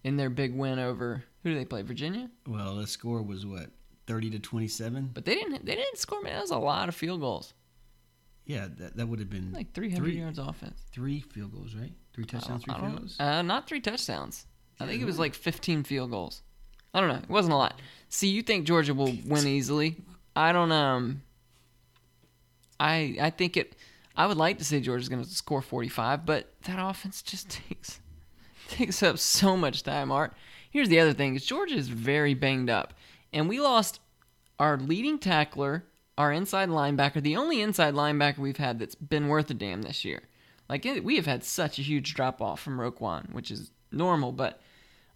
in their big win over who do they play? Virginia. Well, the score was what? thirty to twenty-seven. But they didn't. They didn't score. Man, that was a lot of field goals. Yeah, that, that would have been Like 300 Three. yards offense. three field goals, right? Three touchdowns, three I field don't- goals. Uh, not three touchdowns. I think it was Yeah. like 15 field goals. I don't know. It wasn't a lot. See, you think Georgia will win easily? I don't. Um. I I think it. I would like to say Georgia's going to score 45, but that offense just takes takes up so much time. Art. Here's the other thing: is Georgia is very banged up, and we lost our leading tackler, our inside linebacker, the only inside linebacker we've had that's been worth a damn this year. Like it, we have had such a huge drop off from Roquan, which is normal, but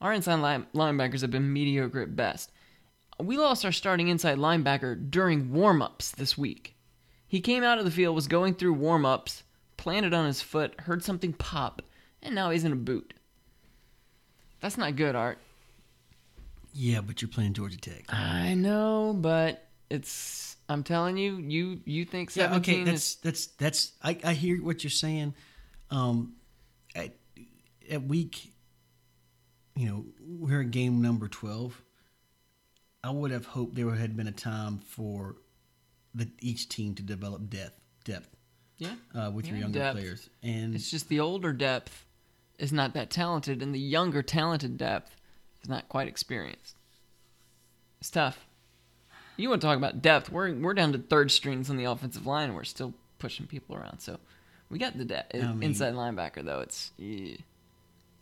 our inside line, linebackers have been mediocre at best. We lost our starting inside linebacker during warm-ups this week. He came out of the field, was going through warm-ups, planted on his foot, heard something pop, and now he's in a boot. That's not good, Art. Yeah, but you're playing Georgia Tech. I know, but it's. I'm telling you, you you think Yeah, seventeen okay, is that's that's that's. I, I hear what you're saying. Um, at, at week, you know, we're at game number twelve. I would have hoped there had been a time for the each team to develop depth depth yeah. uh, with your Yeah, younger depth. players, and It's just the older depth is not that talented, and the younger talented depth is not quite experienced. It's tough. You want to talk about depth? We're we're down to third strings on the offensive line. and We're still pushing people around, so we got the de- I mean- inside linebacker though. It's eh,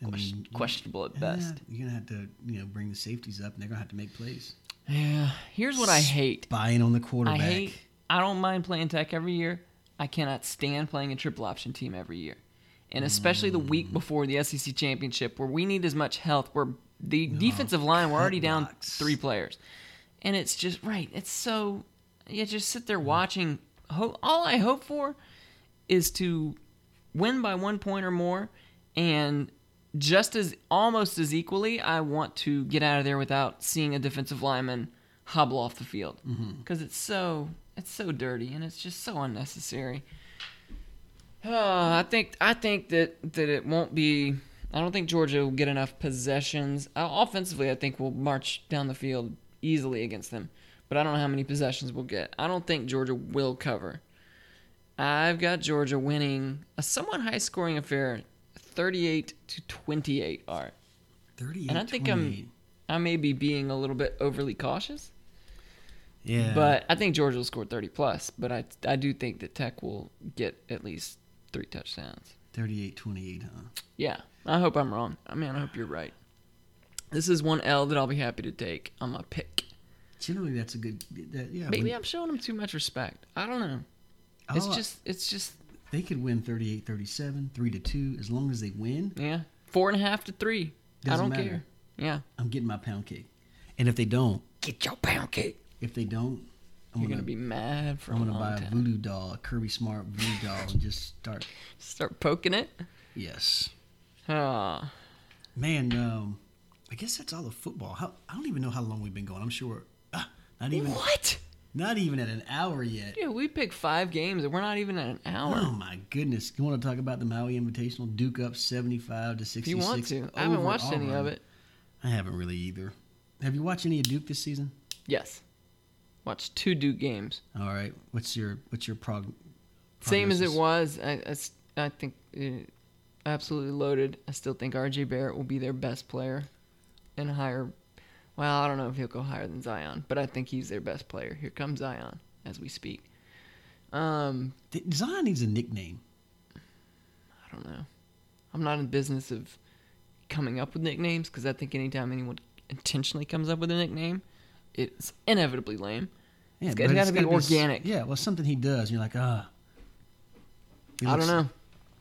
I ques- mean, you- questionable at and then best. You're gonna have to you know bring the safeties up, and they're gonna have to make plays. Yeah. Here's what I hate. Buying on the I quarterback. hate. I don't mind playing tech every year. I cannot stand playing a triple option team every year, and especially the week before the SEC championship, where we need as much health. Where the defensive line, we're already down Cutlocks. three players, and it's just right. It's so you just sit there watching. Ho- all I hope for is to win by one point or more, and just as almost as equally, I want to get out of there without seeing a defensive lineman hobble off the field because it's so it's so dirty and it's just so unnecessary. Uh, I think I think that that it won't be. I don't think Georgia will get enough possessions. Uh, offensively, I think we'll march down the field easily against them, but I don't know how many possessions we'll get. I don't think Georgia will cover. I've got Georgia winning a somewhat high scoring affair, 38 to 28 art. Thirty-eight. And I think I'm 28. I may be being a little bit overly cautious, Yeah. but I think Georgia will score 30 plus, but I I do think that Tech will get at least 3 touchdowns. 38 28, huh? Yeah. I hope I'm wrong. I mean, I hope you're right. This is one L that I'll be happy to take on my pick. Generally, that's a good. That, yeah. Maybe when- I'm showing them too much respect. I don't know. It's I'll- just it's just They could win 38 37, 3 to 2. As long as they win, yeah, four and a half to three. I don't Doesn't matter. care. Yeah. I'm getting my pound cake. And if they don't, Get your pound cake. if they don't, I'm You're going gonna to be mad for I'm a gonna long buy a time. voodoo doll, a Kirby Smart voodoo doll, and just start. Start poking it. Yes, Ah, man. Um, I guess that's all of football. How, I don't even know how long we've been going. I'm sure ah, not even what? not even at an hour yet. Dude, we picked five games and we're not even at an hour. Oh my goodness! You want to talk about the Maui Invitational? Duke up 75 to 66. if you want to, I haven't over watched any of Auburn. it. I haven't really either. Have you watched any of Duke this season? Yes, watched two Duke games. All right. What's your what's your prog? Same as it prognosis? was. I, I s- I think uh, absolutely loaded. I still think R.J. Barrett will be their best player, and higher. Well, I don't know if he'll go higher than Zion, but I think he's their best player. Here comes Zion as we speak. Um, Th- Zion needs a nickname. I don't know. I'm not in the business of coming up with nicknames because I think anytime anyone intentionally comes up with a nickname, it's inevitably lame. Yeah, It's but gotta- gotta be gotta s- organic. yeah, well, something he does. And you're like, ah. He I looks- don't know.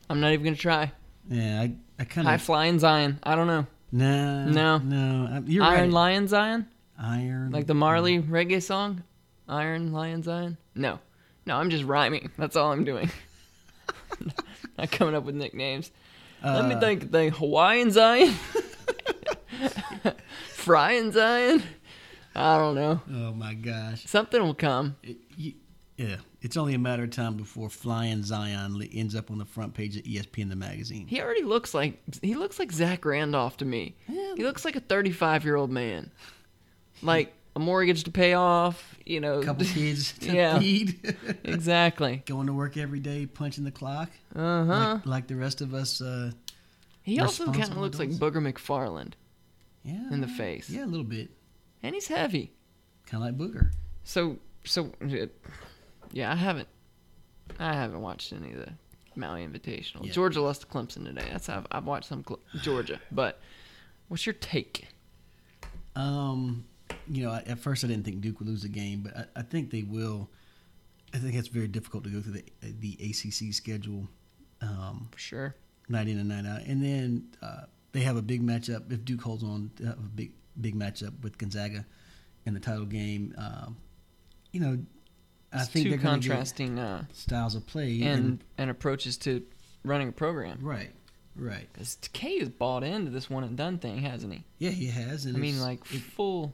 I'm not even gonna try. Yeah, I, I kind High of. flying Zion. I don't know. Nah, No. no. I- You're Mm. Iron right. Lion Zion, Iron, like the Marley reggae song. Iron Lion Zion. No, no. I'm just rhyming. That's all I'm doing. not coming up with nicknames. Let me Uh, think. The Hawaiian Zion, frying Zion. I don't know. Oh my gosh. Something will come. It- you- yeah, it's only a matter of time before flying Zion li- ends up on the front page of E ESPN the magazine. He already looks like he looks like Zach Randolph to me. Yeah. He looks like a 35 year old man. Like a mortgage to pay off. You know, couple kids to Yeah. feed, exactly. going to work every day, punching the clock, Uh huh. like, like the rest of us. Uh, He also kind of responsible looks like Booger McFarland, yeah, In the face. Yeah, a little bit, and he's heavy. kind of like Booger. So so yeah, I haven't I haven't watched any of the Maui Invitational. Yeah. Georgia lost to Clemson today. That's how I've, I've watched some Cle- Georgia. But what's your take? Um, you know, I, at first I didn't think Duke would lose the game, but I, I think they will. I think it's very difficult to go through the the ACC schedule um, For sure. night in and night out, and then uh, they have a big matchup. If Duke holds on, they have a big big matchup with Gonzaga in the title game. Um, you know, I It's think two they're going to get contrasting uh, styles of play and and approaches to running a program. right, right. Because K is bought into this one and done thing, hasn't he? Yeah, he has. And I mean, it's- like it, full.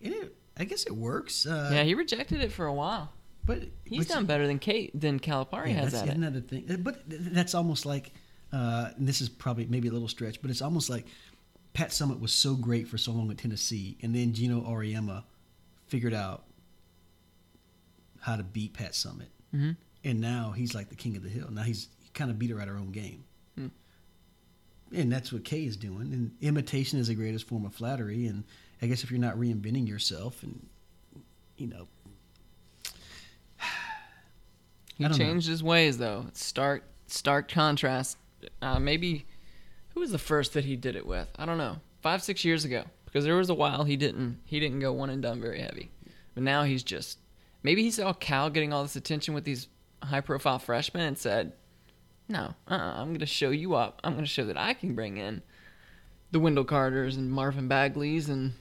it- I guess it works. Uh, yeah, he rejected it for a while. but He's but- done better than Kate than Calipari Yeah, has that's at it. another thing. Uh, But th- that's almost like, uh, and this is probably maybe a little stretch, but it's almost like Pat Summit was so great for so long at Tennessee, and then Gino Auriemma figured out how to beat Pat Summit, Mhm. and now he's like the king of the hill. Now he's he kind of beat her at her own game. Hmm. And that's what Kay is doing. And imitation is the greatest form of flattery. And I guess if you're not reinventing yourself, and you know, He I don't know. changed his ways though. It's stark stark contrast. Uh, maybe who was the first that he did it with? I don't know. Five six years ago, because there was a while he didn't he didn't go one and done very heavy, but now he's just maybe he saw Cal getting all this attention with these high profile freshmen and said, "No, uh, uh I'm going to show you up. I'm going to show that I can bring in the Wendell Carters and Marvin Bagleys and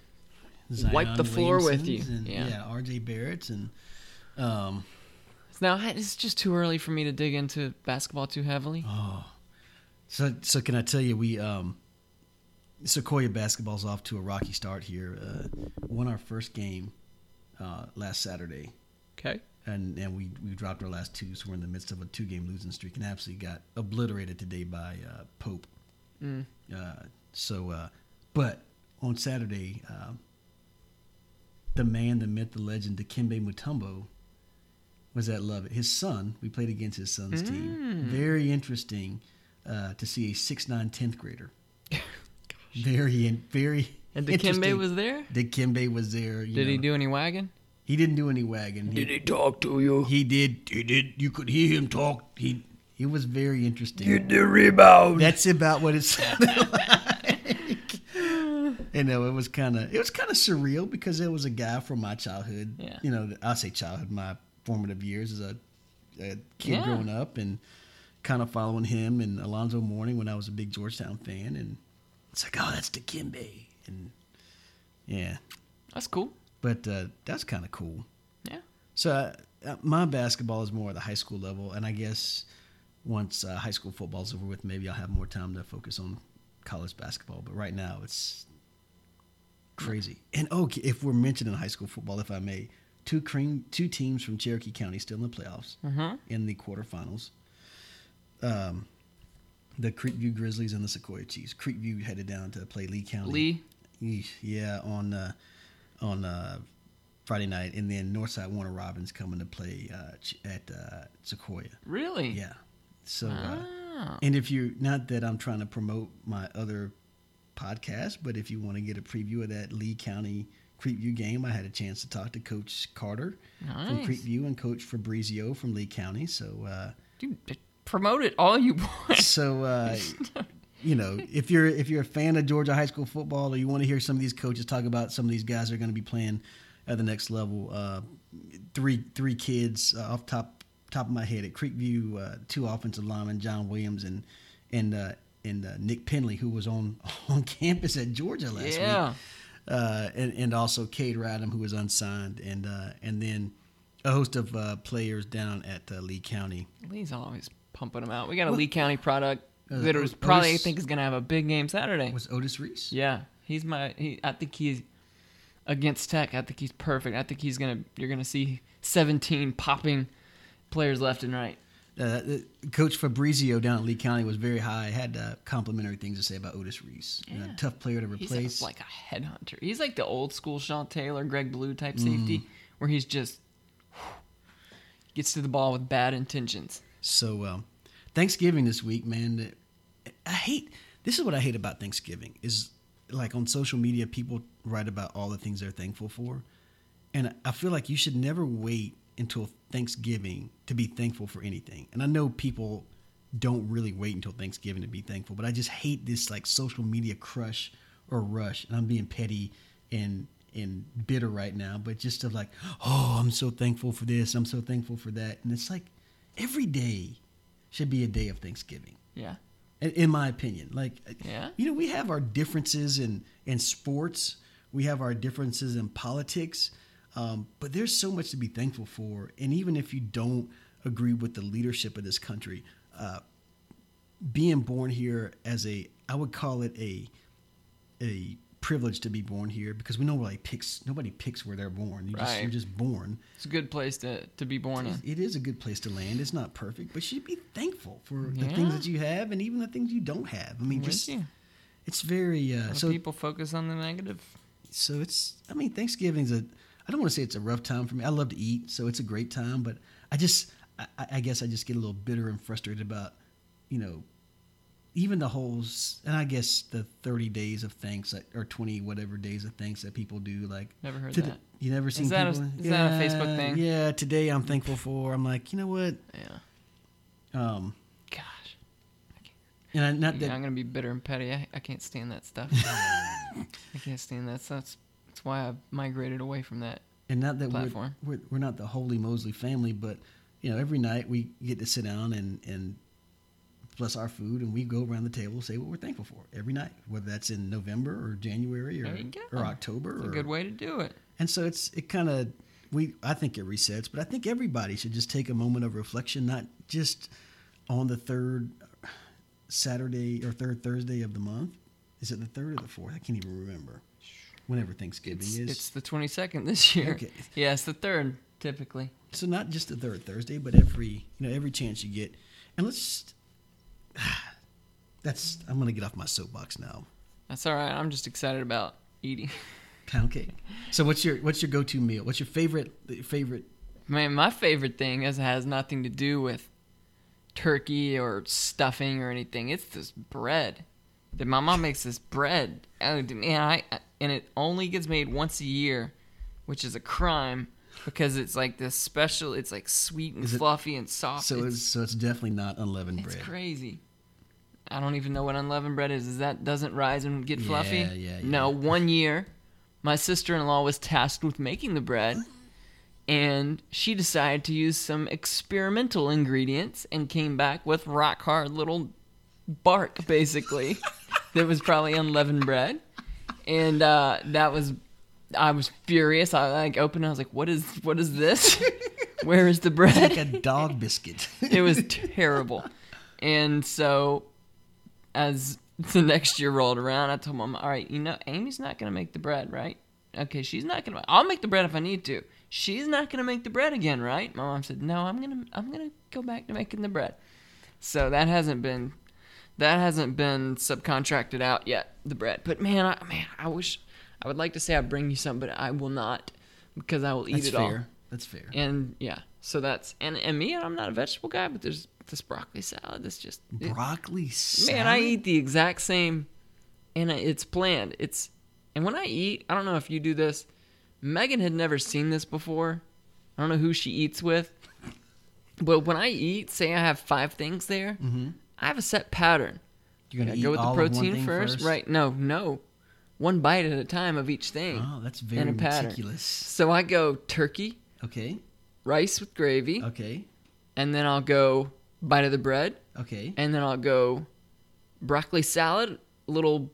Wipe the floor with Williamsons you. And, Yeah. yeah. R.J. Barrett's and um, now I- it's just too early for me to dig into basketball too heavily. oh, so so can I tell you we um, Sequoia basketball's off to a rocky start here. Uh, won our first game uh, last Saturday, Okay, and and we we dropped our last two, so we're in the midst of a two game losing streak, and absolutely got obliterated today by uh, Pope. Mm. Uh, so, uh, but on Saturday, um the man, the myth, the legend, Dikembe Mutombo was at Lovett. His son, we played against his Mm. son's team. Very interesting uh, to see a 6'9", 10th grader. Very, in, very and Dikembe interesting. was there. Dikembe was there. you Did he know. do any wagging? He didn't do any wagging. He, he talk to you? he did. He did. You could hear him talk. He he was very interesting. the rebound. That's about what it sounded like. you know, it was kind of it was kind of surreal because it was a guy from my childhood. Yeah. You know, I say childhood, my formative years as a, a kid Yeah. growing up, and kind of following him and Alonzo Mourning when I was a big Georgetown fan, and it's like, oh, that's Dikembe, and yeah, That's cool. but uh, that's kind of cool. Yeah. So uh, uh, my basketball is more at the high school level, and I guess once uh, high school football's over with, maybe I'll have more time to focus on college basketball. But right now, it's crazy. And oh, if we're mentioning high school football, if I may, two cream, two teams from Cherokee County still in the playoffs Mhm. in the quarterfinals. Um, the Creekview Grizzlies and the Sequoia Chiefs. Creekview headed down to play Lee County. Lee. Yeesh, Yeah, on uh, on uh, Friday night, and then Northside Warner Robbins coming to play uh, ch- at uh, Sequoia. Really? Yeah, so uh, Wow. and if you not that I'm trying to promote my other podcast, but if you want to get a preview of that Lee County Creekview game, I had a chance to talk to Coach Carter from Nice. Creekview and Coach Fabrizio from Lee County. So. Uh, Dude, d- promote it all you want. so uh, you know if you're if you're a fan of Georgia high school football or you want to hear some of these coaches talk about some of these guys that are going to be playing at the next level uh, three three kids uh, off top top of my head at Creekview uh, two offensive linemen John Williams and and uh, and uh, Nick Penley who was on on campus at Georgia last week yeah. uh, and, and also Cade Radham, who was unsigned, and uh, and then a host of uh, players down at uh, Lee County. Lee's always pumping them out. We got a Lee County product Uh, that was Otis- probably I think is gonna have a big game Saturday. Was Otis Reese? Yeah. He's my. He, I think he's against Tech. I think he's perfect. I think he's gonna. You're gonna see 17 popping players left and right. uh, Coach Fabrizio down at Lee County was very high. Had uh, complimentary things to say about Otis Reese. You know, Yeah. tough player to He's replace. like, like a headhunter. He's like the old school Sean Taylor, Greg Blue type safety, where he's just gets to the ball with bad intentions. so well. Thanksgiving this week, man. I hate. This is what I hate about Thanksgiving is like on social media, people write about all the things they're thankful for, and I feel like you should never wait until Thanksgiving to be thankful for anything. And I know people don't really wait until Thanksgiving to be thankful, but I just hate this like social media crush or rush. And I'm being petty and and bitter right now, but just of like, oh, I'm so thankful for this. I'm so thankful for that. And it's like every day should be a day of Thanksgiving Yeah. in- in my opinion. Like, uh, Yeah? you know, we have our differences in in sports, we have our differences in politics, um, but there's so much to be thankful for. And even if you don't agree with the leadership of this country, uh, being born here as a, I would call it a a privilege to be born here because we know nobody picks nobody picks where they're born. You just, Right. you're just born. It's a good place to, to be born in. It is a good place to land. It's not perfect, but you should be thankful for the things Yeah. that you have and even the things you don't have. I mean, With just you. it's very uh, But so people focus on the negative. so it's I mean Thanksgiving's a I don't want to say it's a rough time for me. I love to eat, so it's a great time, but I just I, I I guess I just get a little bitter and frustrated about you know even the whole s- and I guess the 30 days of thanks that- or 20 whatever days of thanks that people do like Never heard to the- that. you never seen that a- people- is that a Facebook Yeah, thing? Yeah, today I'm thankful for. I'm like, you know what? Yeah. Um, Gosh. and I, not Yeah, that I'm gonna be bitter and petty. I, I can't stand that stuff. I can't stand that. So that's that's why I migrated away from that. and not that we're, Platform. we're we're not the holy Mosley family, but you know, every night we get to sit down and and bless our food, and we go around the table and say what we're thankful for every night, whether that's in November or January or, There you go. or October. It's a or, good way to do it. And so it's it kind of we I think it resets, but I think everybody should just take a moment of reflection, not just on the third Saturday or third Thursday of the month. Is it the third or the fourth? I can't even remember. Whenever Thanksgiving It's, is, it's the 22nd this year. Okay. Yeah, it's the third typically. so not just the third Thursday, but every you know every chance you get. And let's just- that's I'm gonna get off my soapbox now. That's all right. I'm just excited about eating. Pound cake. So what's your what's your go to meal? What's your favorite favorite? Man, my favorite thing is has nothing to do with turkey or stuffing or anything. It's this bread. That my mom makes this bread. Oh, d- man, I, I- and it only gets made once a year, which is a crime because it's like this special. It's like sweet and Is it- fluffy and soft. So it's, it's, so it's definitely not unleavened it's bread. crazy. I don't even know what unleavened bread is. Is that doesn't rise and get fluffy? Yeah, yeah, No, yeah. one year, my sister-in-law was tasked with making the bread, and she decided to use some experimental ingredients and came back with rock hard little bark, basically, that was probably unleavened bread, and uh, that was. I was furious. I like opened. it, I was like, "What is? What is this? Where is the bread?" Like a dog biscuit. it was terrible. And so, as the next year rolled around, I told mom, "All right, you know, Amy's not gonna make the bread, right? Okay, she's not gonna. I'll make the bread if I need to. She's not gonna make the bread again, right?" My mom said, "No, I'm gonna, I'm gonna go back to making the bread." So that hasn't been, that hasn't been subcontracted out yet. The bread, but man, I, man, I wish, I would like to say I bring you some, but I will not, because I will eat That's it all. fair. That's fair. And yeah, so that's and and me, I'm not a vegetable guy, but there's this broccoli salad that's just it- Broccoli salad. man, I eat the exact same, and I- it's planned. It's and when I eat, I don't know if you do this. Megan had never seen this before. I don't know who she eats with, but when I eat, say I have five things there, I have a set pattern. Mm-hmm. You're gonna I eat go with the all of one protein thing first, right? No, no, one bite at a time of each thing. Oh, that's and very a pattern. meticulous. So I go turkey, Okay. rice with gravy Okay. and then I'll go bite of the bread, Okay. and then I'll go broccoli salad, little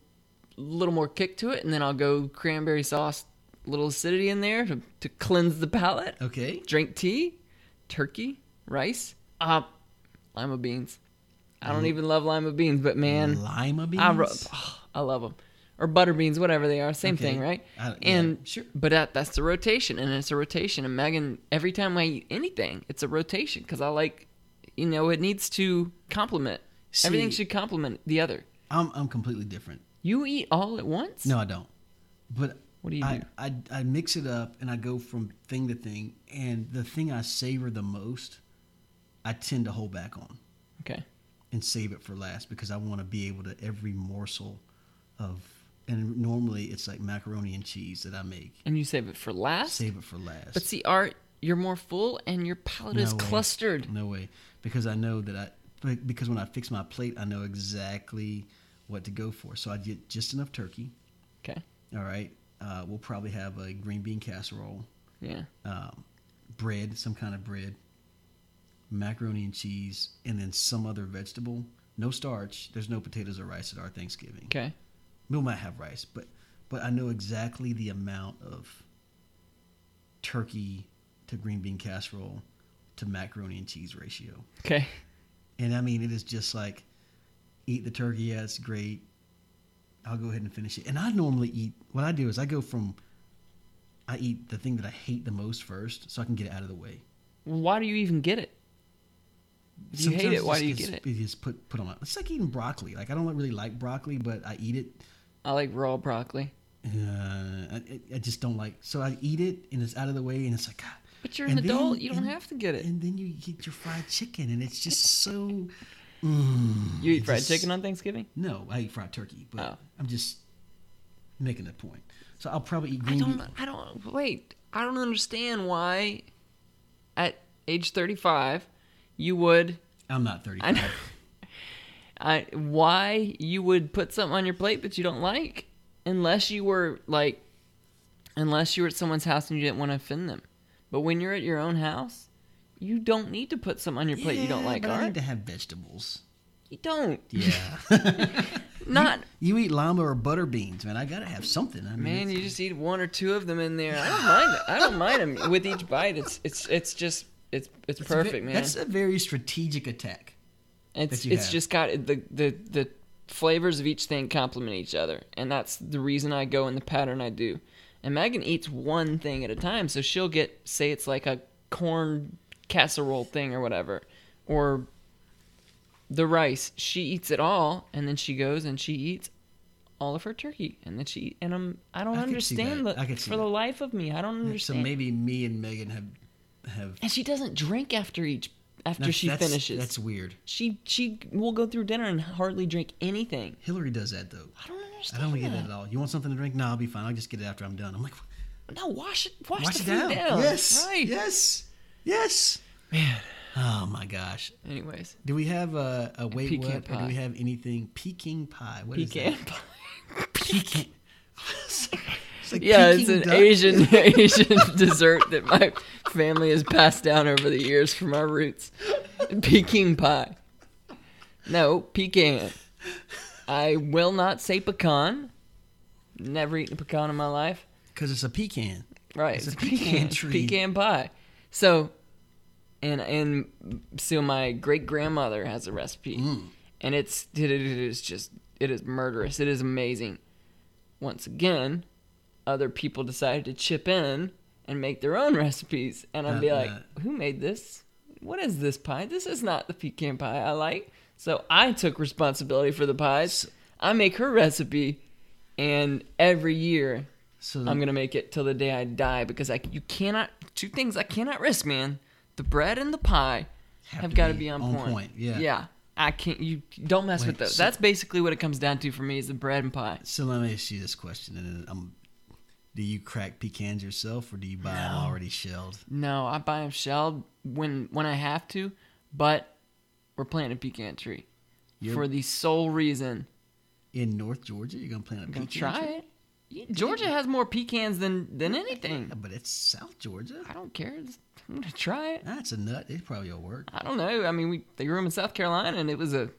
little more kick to it, and then I'll go cranberry sauce, little acidity in there to, to cleanse the palate. Okay. Drink tea, turkey, rice, uh, lima beans. I don't even love lima beans, but man, Lima beans. I, ro- oh, I love them. Or butter beans, whatever they are, same Okay. thing, right? I- yeah, and sure. but that, that's the rotation, and it's a rotation. And Megan, every time I eat anything, it's a rotation because I like you know, it needs to complement. Everything See- should complement the other. I'm I'm completely different. You eat all at once? No, I don't. But What do you I, do? I I mix it up and I go from thing to thing, and the thing I savor the most, I tend to hold back on Okay. and save it for last because I want to be able to every morsel of. And normally it's like macaroni and cheese that I make. And you save it for last? Save it for last. But see, Art, you're more full and your palate is No way. clustered. No way, because I know that I be- because when I fix my plate, I know exactly what to go for. So I get just enough turkey. Okay. All right, uh, we'll probably have a green bean casserole, Yeah. um, bread, some kind of bread, macaroni and cheese, and then some other vegetable. No starch. There's no potatoes or rice at our Thanksgiving. Okay. We might have rice, but but I know exactly the amount of turkey to green bean casserole to macaroni and cheese ratio. Okay. And I mean, it is just like eat the turkey. Yeah, it's great. I'll go ahead and finish it. And I normally eat. What I do is I go from I eat the thing that I hate the most first, so I can get it out of the way. Well, why do you even get it? If you hate Sometimes it, why just do you gets- get it? It just put put on. my- It's like eating broccoli. Like I don't really like broccoli, but I eat it. I like raw broccoli. Uh, I, I- I just don't like. So I eat it, and it's out of the way, and it's like. God. But you're an And then- adult. You don't and- have to get it. And then you get your fried chicken, and it's just so. You it eat fried just- chicken on Thanksgiving? No, I eat fried turkey, but Oh. I'm just making a point. So I'll probably eat I green. don't. bean- I don't. Wait. I don't understand why, at age thirty-five, you would. I'm not I, 35. know- I why you would put something on your plate that you don't like, unless you were like, unless you were at someone's house and you didn't want to offend them. But when you're at your own house, you don't need to put something on your plate you don't Yeah, like. but I need Art. to have vegetables. You don't. Yeah. Not you eat llama or butter beans, man. I gotta have something. I mean, Man, it's- you just eat one or two of them in there. I don't mind. It. I don't mind them with each bite. It's it's it's just it's it's it's a ve- perfect, man. That's a very strategic attack. it's that you it's have. just got the the the flavors of each thing complement each other, and that's the reason I go in the pattern I do. And Megan eats one thing at a time, so she'll get say it's like a corn casserole thing or whatever, or the rice. She eats it all, and then she goes and she eats all of her turkey, and then she and I'm I don't I could see understand that. the I could see for the that. life of me I don't So understand. maybe me and Megan have have. and she doesn't drink after each after that's- she that's- finishes. That's weird. she she will go through dinner and hardly drink anything. Hillary does that though. I don't I understand. don't get that. that at all. You want something to drink? No, I'll be fine. I'll just get it after I'm done. I'm like, No, wash it. Wash, watch the it food down. down. Yes. Right. Yes. Yes. Man. Oh my gosh. Anyways, Do we have a, a wait pecan what? Or do pie. we have anything Peking pie? What is pecan that? pie. Peking. It's like- it's like Yeah, it's Peking an duck. Asian Asian dessert that my family has passed down over the years from our roots. Peking pie. No, pecan. I will not say pecan. Never eaten a pecan in my life. Because it's a pecan. Right. It's a pecan tree. Pecan pie. So, and and so my great grandmother has a recipe, and it's it is just it is murderous. It is amazing. Once again, other people decided to chip in and make their own recipes, and I'd be Uh, like, uh. "Who made this? What is this pie? This is not the pecan pie I like." So I took responsibility for the pies. I make her recipe, and every year So I'm gonna make it till the day I die because I you cannot two things I cannot risk, man. The bread and the pie have, Have to got to be be on, on point. point, yeah. yeah. I can't. You don't mess with Wait, those. so- That's basically what it comes down to for me is the bread and pie. So let me ask you this question. And then I'm, do you crack pecans yourself or do you buy them already shelled? No, I buy them shelled when when I have to, but we're planting a pecan tree You're- for the sole reason In North Georgia, you're going to plant a I'm gonna pecan try tree? it. You- Georgia has more pecans than than anything. Yeah, but it's South Georgia. I don't care. It's- I'm gonna try it. That's a nut. It probably will work. I don't know. I mean, we they grew 'em in South Carolina, and it was a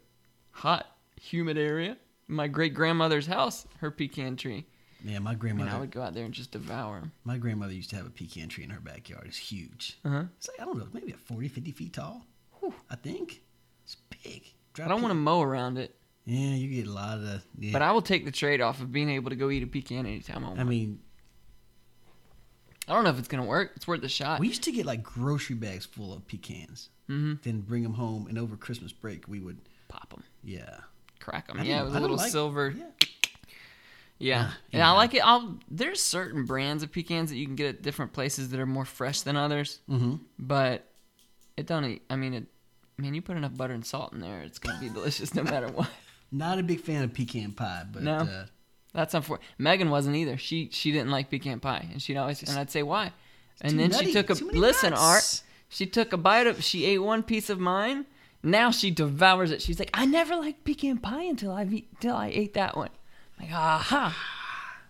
hot, humid area. My great grandmother's house, her pecan tree, Man, my and grandmother, I would go out there and just devour them. my grandmother used to have a pecan tree in her backyard. It's huge. Uh-huh. It's like, I don't know, maybe a 40, 50 feet tall. I think. It's big. I don't want to mow around it, Yeah, you get a lot of. Yeah. but I will take the trade off of being able to go eat a pecan anytime I want. I mean, I don't know if it's gonna work. It's worth a shot. We used to get like grocery bags full of pecans, mm-hmm. then bring them home, and over Christmas break we would, Pop them, yeah, crack them. I yeah, don't- it was I a don't little like- silver. yeah. Yeah, Ah, and yeah. I like it. I'll, there's certain brands of pecans that you can get at different places that are more fresh than others, Mm-hmm. but it don't. Eat, I mean, it. Man, you put enough butter and salt in there, it's gonna be delicious no matter what. Not a big fan of pecan pie, but No. uh, That's unfortunate. Megan wasn't either. She she didn't like pecan pie, and she'd always and I'd say why, and too then nutty, she took a too many listen nuts. Art. She took a bite of. She ate one piece of mine. Now she devours it. She's like, I never liked pecan pie until I until I ate that one. I'm like aha.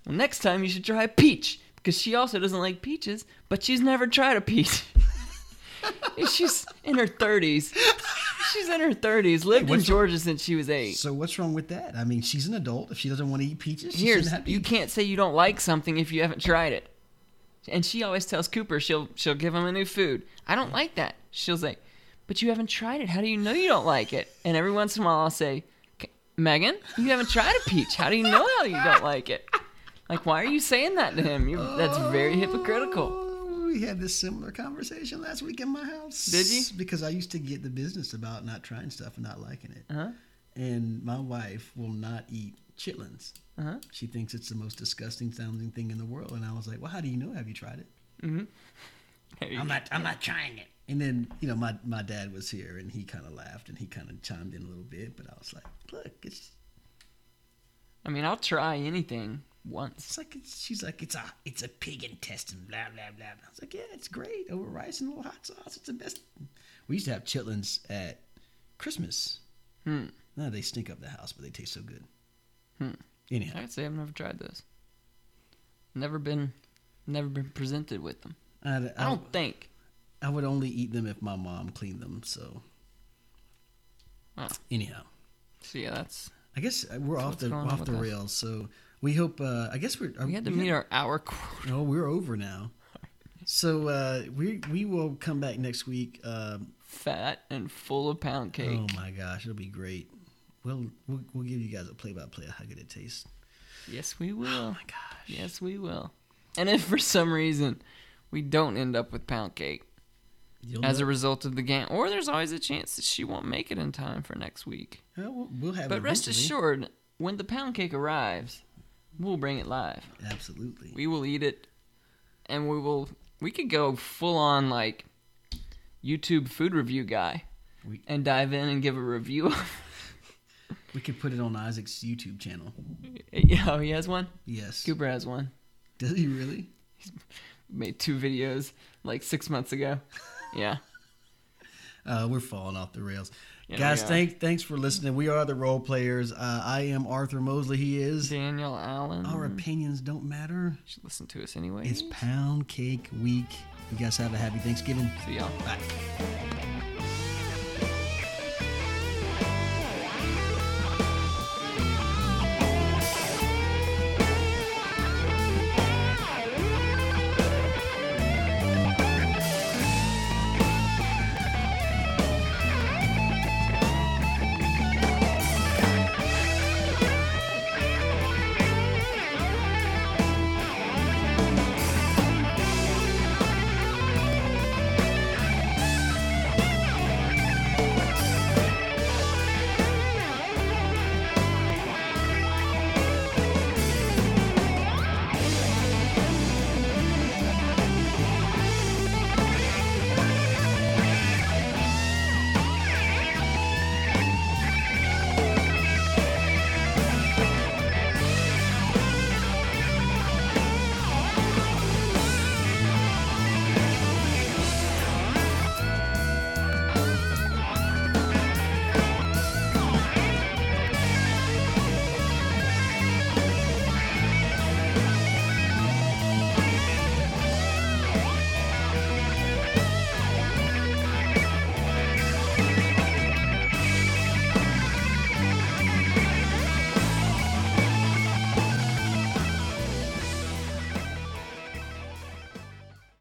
Well, next time you should try a peach because she also doesn't like peaches, but she's never tried a peach. she's in her thirties. She's in her thirties. Lived in what's- Georgia since she was eight. so what's wrong with that? I mean, she's an adult. If she doesn't want to eat peaches, she Here's shouldn't have to you eat- can't say you don't like something if you haven't tried it. And she always tells Cooper she'll she'll give him a new food. I don't like that. She'll say, but you haven't tried it. How do you know you don't like it? And every once in a while I'll say, "K- Megan, you haven't tried a peach. How do you know how you don't like it? Like why are you saying that to him? You're, that's very hypocritical. Oh, We had this similar conversation last week in my house. Did you? Because I used to get the business about not trying stuff and not liking it. Uh-huh. And my wife will not eat chitlins. Uh-huh. She thinks it's the most disgusting sounding thing in the world. And I was like, Well, how do you know? Have you tried it? Mm-hmm. There you I'm go. not. I'm not trying it. And then you know, my my dad was here, and he kind of laughed, and he kind of chimed in a little bit. But I was like, look, it's I mean, I'll try anything once. it's like it's, she's like it's a it's a pig intestine, blah blah blah. I was like, yeah, it's great over rice and a little hot sauce. It's the best. We used to have chitlins at Christmas. Hmm. No, they stink up the house, but they taste so good. Anyhow, I'd say I've never tried those. Never been never been presented with them. I, I, I don't think. I would only eat them if my mom cleaned them. So Wow. anyhow. So yeah, that's I guess uh, we're off what's the going on off with the us. rails, so we hope. Uh, I guess we're are we had to meet our hour quota. No, we're over now. So uh, we we will come back next week. Um, fat and full of pound cake. oh my gosh, it'll be great. We'll we'll, we'll give you guys a play by play of how good it tastes. Yes, we will. my gosh, Yes, we will. And if for some reason we don't end up with pound cake You'll as a know. result of the game, or there's always a chance that she won't make it in time for next week. Uh, we'll, we'll have. But it rest eventually. assured, when the pound cake arrives, we'll bring it live. absolutely. We will eat it, and we will. We could go full on like YouTube food review guy, We- and dive in and give a review. We could put it on Isaac's YouTube channel. oh, he has one. Yes. Cooper has one. Does he really? made two videos like six months ago. Yeah. Uh, we're falling off the rails, Yeah, guys. we are. Thanks, thanks for listening. We are the role players. Uh, I am Arthur Mosley. He is. Daniel Allen. Our opinions don't matter. You should listen to us anyway. It's pound cake week. You guys have a happy Thanksgiving. See y'all. Bye.